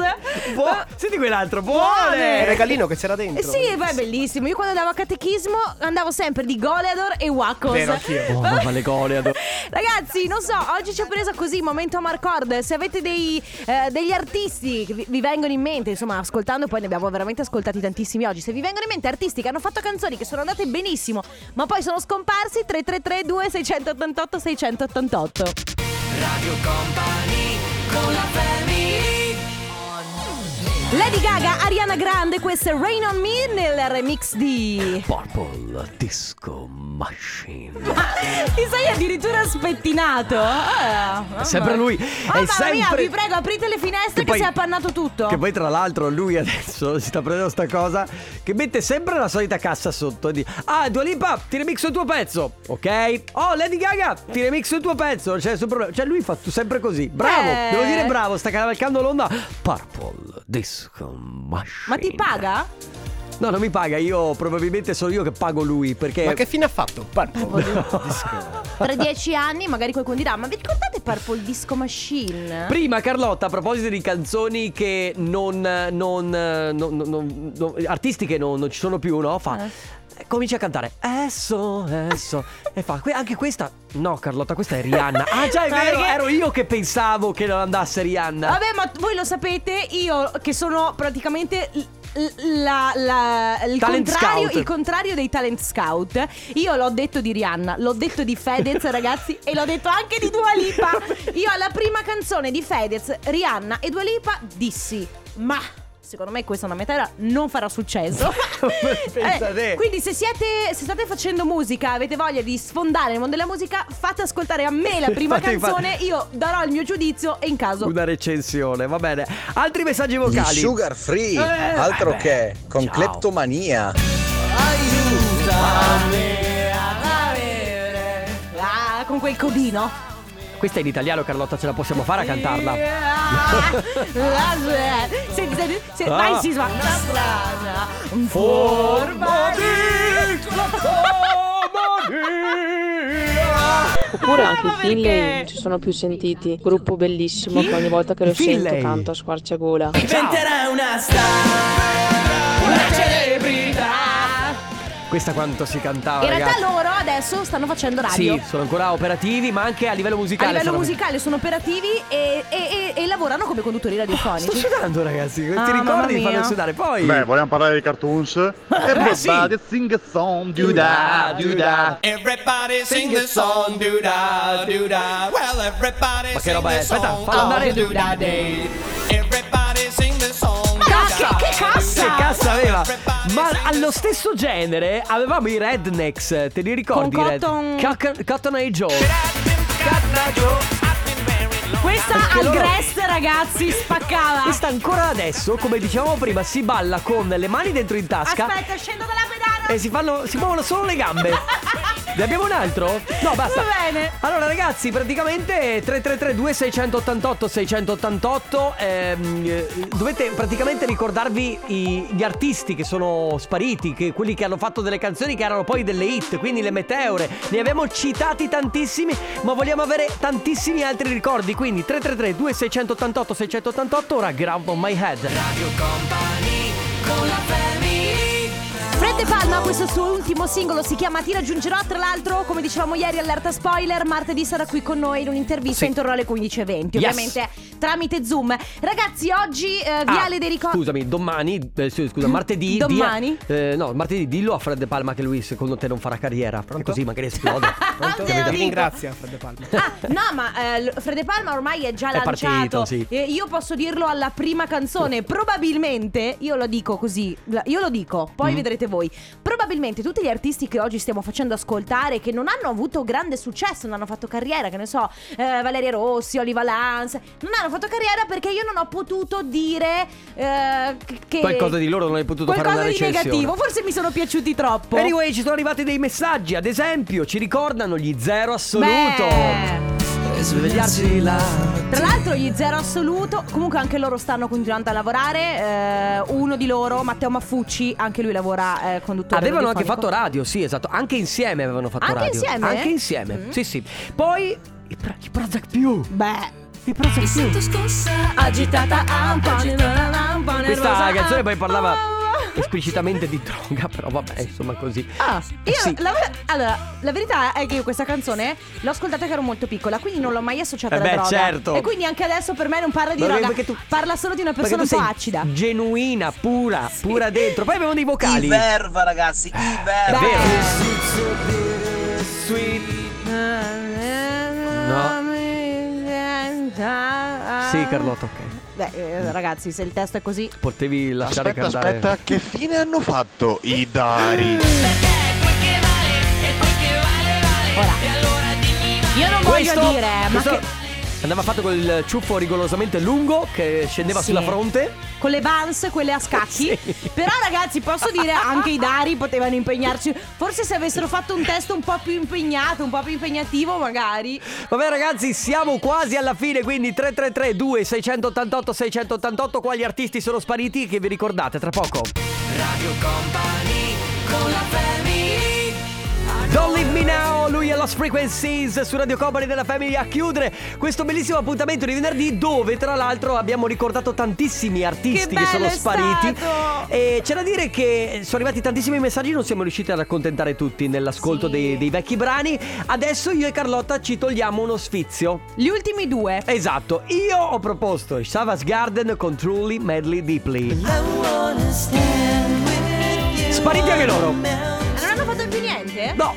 Speaker 1: Buo- Senti quell'altro,
Speaker 2: Eh? Buone!
Speaker 1: buone!
Speaker 2: Il regalino
Speaker 1: che c'era dentro.
Speaker 2: Eh sì, beh, è bellissimo. Io quando andavo a catechismo andavo sempre di Goleador e Wackos. Eh?
Speaker 1: Oh, mamma le goleador.
Speaker 2: (laughs) Ragazzi, non so, oggi ci ha preso così momento a Marcord. Se avete dei, eh, degli artisti che vi, vi vengono in mente, insomma, ascoltando, poi ne abbiamo veramente ascoltati tantissimi oggi. Se vi vengono in mente artisti che hanno fatto canzoni che sono andate benissimo, ma poi sono scomparsi, 3332 688 688.
Speaker 3: Radio Company con la family
Speaker 2: Lady Gaga, Ariana Grande, questo è Rain on Me nel remix di
Speaker 1: Purple Disco Machine.
Speaker 2: (laughs) Ti sei addirittura spettinato. Ah,
Speaker 1: È sempre lui,
Speaker 2: mamma.
Speaker 1: è
Speaker 2: Oh, mamma mia,
Speaker 1: sempre-
Speaker 2: vi prego, aprite le
Speaker 1: Che
Speaker 2: finestre che
Speaker 1: poi-
Speaker 2: si è appannato tutto.
Speaker 1: Che poi tra l'altro lui adesso si sta prendendo sta cosa che mette sempre la solita cassa sotto e dice Ah Dua Lipa ti remixo il tuo pezzo Ok Oh Lady Gaga ti remixo il tuo pezzo Non c'è nessun problema Cioè lui fa tu- sempre così Bravo
Speaker 2: Eh.
Speaker 1: Devo dire bravo Sta cavalcando l'onda Purple Disco Machine
Speaker 2: Ma ti
Speaker 1: (laughs)
Speaker 2: paga?
Speaker 1: No non mi paga Io probabilmente sono io che pago lui Perché
Speaker 15: Ma che fine ha fatto? Purple
Speaker 2: (laughs) Tra dieci anni magari qualcuno dirà, ma vi ricordate Purple Disco Machine?
Speaker 1: Prima Carlotta, a proposito di canzoni che non. non, non- non- non- artisti che non, non ci sono più, no? Fa.
Speaker 2: Eh.
Speaker 1: comincia a cantare SOS e fa "Que- anche questa no Carlotta questa è Rihanna ah già è
Speaker 2: Ma
Speaker 1: vero
Speaker 2: perché-
Speaker 1: ero io che pensavo che non andasse Rihanna
Speaker 2: Vabbè, ma voi lo sapete, io che sono praticamente l- l- la- la- il,
Speaker 1: Talent
Speaker 2: contrario,
Speaker 1: scout.
Speaker 2: il contrario dei talent scout. Io l'ho detto di Rihanna, l'ho detto
Speaker 1: (laughs)
Speaker 2: di Fedez, ragazzi, e l'ho detto anche di Dua Lipa. Io alla prima canzone di Fedez, Rihanna e Dua Lipa dissi, ma secondo me questa è una metà non farà
Speaker 1: (laughs)
Speaker 2: successo.
Speaker 1: Pensa
Speaker 2: (laughs) Eh,
Speaker 1: te.
Speaker 2: quindi se siete se state facendo musica, avete voglia di sfondare nel mondo della musica, fate ascoltare a me la
Speaker 1: (laughs)
Speaker 2: prima
Speaker 1: Fate- fa-
Speaker 2: canzone, io darò il mio giudizio e in caso
Speaker 1: una recensione va bene altri messaggi vocali
Speaker 15: Gli sugar free,
Speaker 1: Eh,
Speaker 15: altro
Speaker 1: vabbè.
Speaker 15: che con
Speaker 1: Ciao.
Speaker 15: cleptomania.
Speaker 2: Ah, con quel codino.
Speaker 1: questa è in italiano Carlotta ce la possiamo fare a cantarla
Speaker 2: Ah, Senti, senti, se-
Speaker 1: Ah.
Speaker 2: vai Sisma.
Speaker 1: Forma
Speaker 2: di
Speaker 16: Oppure anche
Speaker 2: ma
Speaker 16: i Finlay non ci sono più sentiti. Gruppo bellissimo che ogni volta che lo sento
Speaker 2: Finlay?
Speaker 16: canto a squarciagola.
Speaker 1: Diventerà
Speaker 3: una star, una celebrità.
Speaker 1: questa quanto si cantava
Speaker 2: In realtà
Speaker 1: Ah, ragazzi
Speaker 2: loro adesso stanno facendo radio.
Speaker 1: sì sono ancora operativi ma anche a livello
Speaker 2: A
Speaker 1: musicale
Speaker 2: livello
Speaker 1: sono-
Speaker 2: musicale sono operativi e, e- e- e lavorano come conduttori
Speaker 1: Sto
Speaker 2: radiofonici.
Speaker 1: sudando ragazzi,
Speaker 2: Ah,
Speaker 1: ti
Speaker 2: mamma
Speaker 1: ricordi di farlo
Speaker 2: mia.
Speaker 1: sudare? Poi...
Speaker 17: Beh, vogliamo parlare di cartoons?
Speaker 1: Eh,
Speaker 17: Everybody sing a song, do da, do da.
Speaker 3: Everybody sing the song, do da, do da. Well,
Speaker 1: Ma
Speaker 3: everybody
Speaker 1: che
Speaker 3: sing
Speaker 1: roba è?
Speaker 3: the
Speaker 1: Aspetta,
Speaker 3: song,
Speaker 1: fallo andare.
Speaker 3: all do da day. Everybody sing the song,
Speaker 1: Cassa!
Speaker 3: do da,
Speaker 1: Che cassa!
Speaker 3: do
Speaker 1: Che
Speaker 3: da.
Speaker 1: cassa aveva! Ma allo stesso genere avevamo i Rednecks, te li ricordi?
Speaker 2: Con
Speaker 1: i Red-
Speaker 2: Cotton-
Speaker 1: Cock- Cotton Eye Joe.
Speaker 2: Questa
Speaker 1: Perché
Speaker 2: al
Speaker 1: loro-
Speaker 2: Grest, ragazzi, spaccava.
Speaker 1: Questa ancora adesso, come dicevamo prima, si balla con le mani dentro in tasca
Speaker 2: Aspetta, scendo dalla pedana.
Speaker 1: e si, fanno, si muovono solo le gambe. Ne abbiamo un altro? No, basta.
Speaker 2: Va bene.
Speaker 1: Allora ragazzi, praticamente 3332 688 688 ehm, eh, dovete praticamente ricordarvi i- gli artisti che sono spariti, che- quelli che hanno fatto delle canzoni che erano poi delle hit, quindi le meteore. Ne abbiamo citati tantissimi, ma vogliamo avere tantissimi altri ricordi, quindi 333 688 688 ora Ground on my head.
Speaker 2: Fred De Palma, questo suo ultimo singolo si chiama Ti raggiungerò, tra l'altro come dicevamo ieri allerta spoiler, martedì sarà qui con noi in un'intervista intorno alle 15.20, ovviamente tramite Zoom. Ragazzi, oggi eh, Viale
Speaker 1: Ah,
Speaker 2: dei Ricordi...
Speaker 1: Scusami, domani, eh, sì,
Speaker 2: (laughs)
Speaker 1: scusa, martedì. dia-
Speaker 2: Domani?
Speaker 1: eh, no, martedì dillo a Fred De Palma che lui secondo te non farà carriera. Perché così magari esplode.
Speaker 2: (laughs) Pronto?
Speaker 1: Capito?
Speaker 2: Te lo dico.
Speaker 18: Grazie, Fred De Palma.
Speaker 2: Ah, no, ma eh, l- Fred De Palma ormai è già
Speaker 1: È
Speaker 2: lanciato.
Speaker 1: partito, sì.
Speaker 2: Eh, io posso dirlo alla prima canzone. Probabilmente, io lo dico così, la- io lo dico, poi
Speaker 1: Mm.
Speaker 2: vedrete voi. Probabilmente tutti gli artisti che oggi stiamo facendo ascoltare, che non hanno avuto grande successo, non hanno fatto carriera, che ne so, eh, Valeria Rossi, Oliva Lanz, non hanno fatto carriera perché io non ho potuto dire eh, che.
Speaker 1: Qualcosa di loro non hai potuto fare
Speaker 2: qualcosa
Speaker 1: una
Speaker 2: di
Speaker 1: recensione.
Speaker 2: negativo, forse mi sono piaciuti troppo.
Speaker 1: Anyway, ci sono arrivati dei messaggi. Ad esempio, ci ricordano gli zero assoluto.
Speaker 2: Beh.
Speaker 1: Svegliarsi là.
Speaker 2: Tra l'altro gli zero assoluto, comunque anche loro stanno continuando a lavorare, eh, uno di loro, Matteo Maffucci, anche lui lavora eh, conduttore
Speaker 1: Avevano anche
Speaker 2: radiofonico.
Speaker 1: fatto radio, sì, esatto. Anche insieme avevano fatto
Speaker 2: Anche
Speaker 1: radio.
Speaker 2: insieme?
Speaker 1: Anche insieme.
Speaker 2: Mm.
Speaker 1: Sì, sì. Poi i, pro- i Prozac più.
Speaker 2: Beh.
Speaker 1: I Prozac più.
Speaker 2: agitata, un po' nervosa, un po' nervosa,
Speaker 1: Questa canzone
Speaker 2: ah.
Speaker 1: poi parlava Eh, esplicitamente di droga, (laughs) però vabbè, insomma così.
Speaker 2: Oh. Ah, io
Speaker 1: eh, Sì.
Speaker 2: la, allora, la verità è che io questa canzone l'ho ascoltata che ero molto piccola, quindi non l'ho mai associata
Speaker 1: Eh
Speaker 2: alla
Speaker 1: beh,
Speaker 2: droga.
Speaker 1: certo.
Speaker 2: E quindi anche adesso per me non parla di
Speaker 1: Ma
Speaker 2: droga,
Speaker 1: perché tu-
Speaker 2: parla solo di una
Speaker 1: Perché
Speaker 2: persona un
Speaker 1: tu
Speaker 2: po'
Speaker 1: sei
Speaker 2: acida.
Speaker 1: Genuina, pura, pura dentro. Poi abbiamo dei vocali.
Speaker 7: Iverva, ragazzi,
Speaker 1: È
Speaker 7: Iverva.
Speaker 1: vero.
Speaker 2: No.
Speaker 1: Sì, Carlotta, ok.
Speaker 2: Beh, eh, ragazzi, se il testo è così.
Speaker 1: Potevi lasciare
Speaker 17: Aspetta,
Speaker 1: cantare.
Speaker 17: aspetta, che fine hanno fatto i Dari?
Speaker 2: Io non voglio dire, ma
Speaker 1: questo
Speaker 2: che-
Speaker 1: andava fatto col ciuffo rigorosamente lungo che scendeva
Speaker 2: Sì.
Speaker 1: sulla fronte.
Speaker 2: con le vans, quelle a (laughs) scacchi. Però, ragazzi, posso dire anche i Dari potevano impegnarci. Forse se avessero fatto un testo un po' più impegnato, un po' più impegnativo, magari.
Speaker 1: Vabbè ragazzi, siamo quasi alla fine, quindi 333 2688 688 quali artisti sono spariti che vi ricordate tra poco.
Speaker 3: Radio Company con la family.
Speaker 1: Don't Leave Me Now, lui è Lost Frequencies su Radio Company della Famiglia a chiudere questo bellissimo appuntamento di venerdì dove tra l'altro abbiamo ricordato tantissimi artisti che, sono spariti. E c'è da dire che sono arrivati tantissimi messaggi, non siamo riusciti ad accontentare tutti nell'ascolto dei, dei vecchi brani. Adesso io e Carlotta ci togliamo uno sfizio.
Speaker 2: Gli ultimi due.
Speaker 1: Esatto, io ho proposto Savas Garden con Truly Medley Deeply. Spariti anche loro.
Speaker 2: Ah, Non hanno fatto più niente?
Speaker 1: No,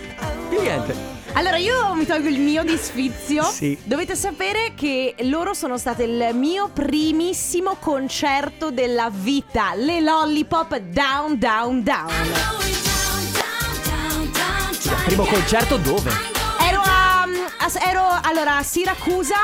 Speaker 1: più
Speaker 2: (laughs)
Speaker 1: niente.
Speaker 2: Allora io mi tolgo il mio di sfizio.
Speaker 1: Sì.
Speaker 2: Dovete sapere che loro sono state il mio primissimo concerto della vita. Le Lollipop Down Down Down.
Speaker 1: Primo concerto dove?
Speaker 2: Ero a, a- ero allora a Siracusa.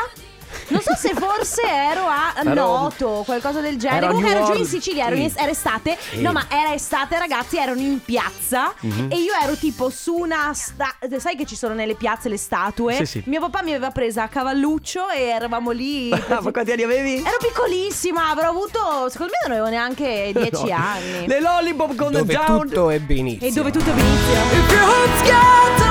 Speaker 2: Non so se forse ero a
Speaker 1: (laughs) Ero-
Speaker 2: Noto, qualcosa del genere.
Speaker 1: ero a
Speaker 2: Comunque
Speaker 1: New
Speaker 2: ero giù in
Speaker 1: Orleans.
Speaker 2: Sicilia, ero in-
Speaker 1: Sì.
Speaker 2: era estate.
Speaker 1: Sì.
Speaker 2: No, ma era estate, ragazzi, erano in piazza
Speaker 1: Mhm.
Speaker 2: e io ero tipo su una sta- sai che ci sono nelle piazze le statue?
Speaker 1: Sì, sì.
Speaker 2: Mio papà mi aveva presa a cavalluccio e
Speaker 1: (laughs)
Speaker 2: eravamo lì.
Speaker 1: Ah, ma quanti anni avevi?
Speaker 2: Ero piccolissima, avrò avuto, secondo me non avevo neanche 10
Speaker 1: (laughs) No.
Speaker 2: anni.
Speaker 1: Le Lollipop con
Speaker 15: Dove
Speaker 1: Down.
Speaker 15: tutto è benissimo.
Speaker 2: E dove tutto inizia?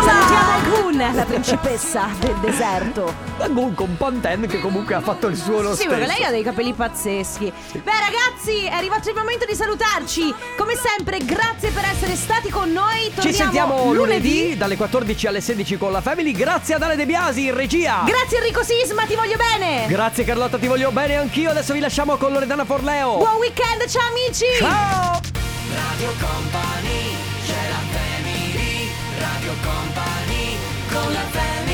Speaker 2: Salutiamo Gun, la principessa del deserto.
Speaker 1: La Gun con Pantene che comunque ha fatto il suo lo
Speaker 2: Sì,
Speaker 1: stesso.
Speaker 2: perché lei ha dei capelli pazzeschi. Beh, ragazzi, è arrivato il momento di salutarci. Come sempre, grazie per essere stati con noi. Torniamo
Speaker 1: Ci sentiamo
Speaker 2: lunedì.
Speaker 1: lunedì dalle 14 alle 16 con la Family. Grazie ad Ale De Biasi in regia.
Speaker 2: Grazie Enrico Sisma, ti voglio bene.
Speaker 1: Grazie Carlotta, ti voglio bene anch'io. Adesso vi lasciamo con Loredana Forleo.
Speaker 2: Buon weekend, ciao amici.
Speaker 1: Ciao.
Speaker 3: Radio Company, c'è la family, Radio Company, con la family.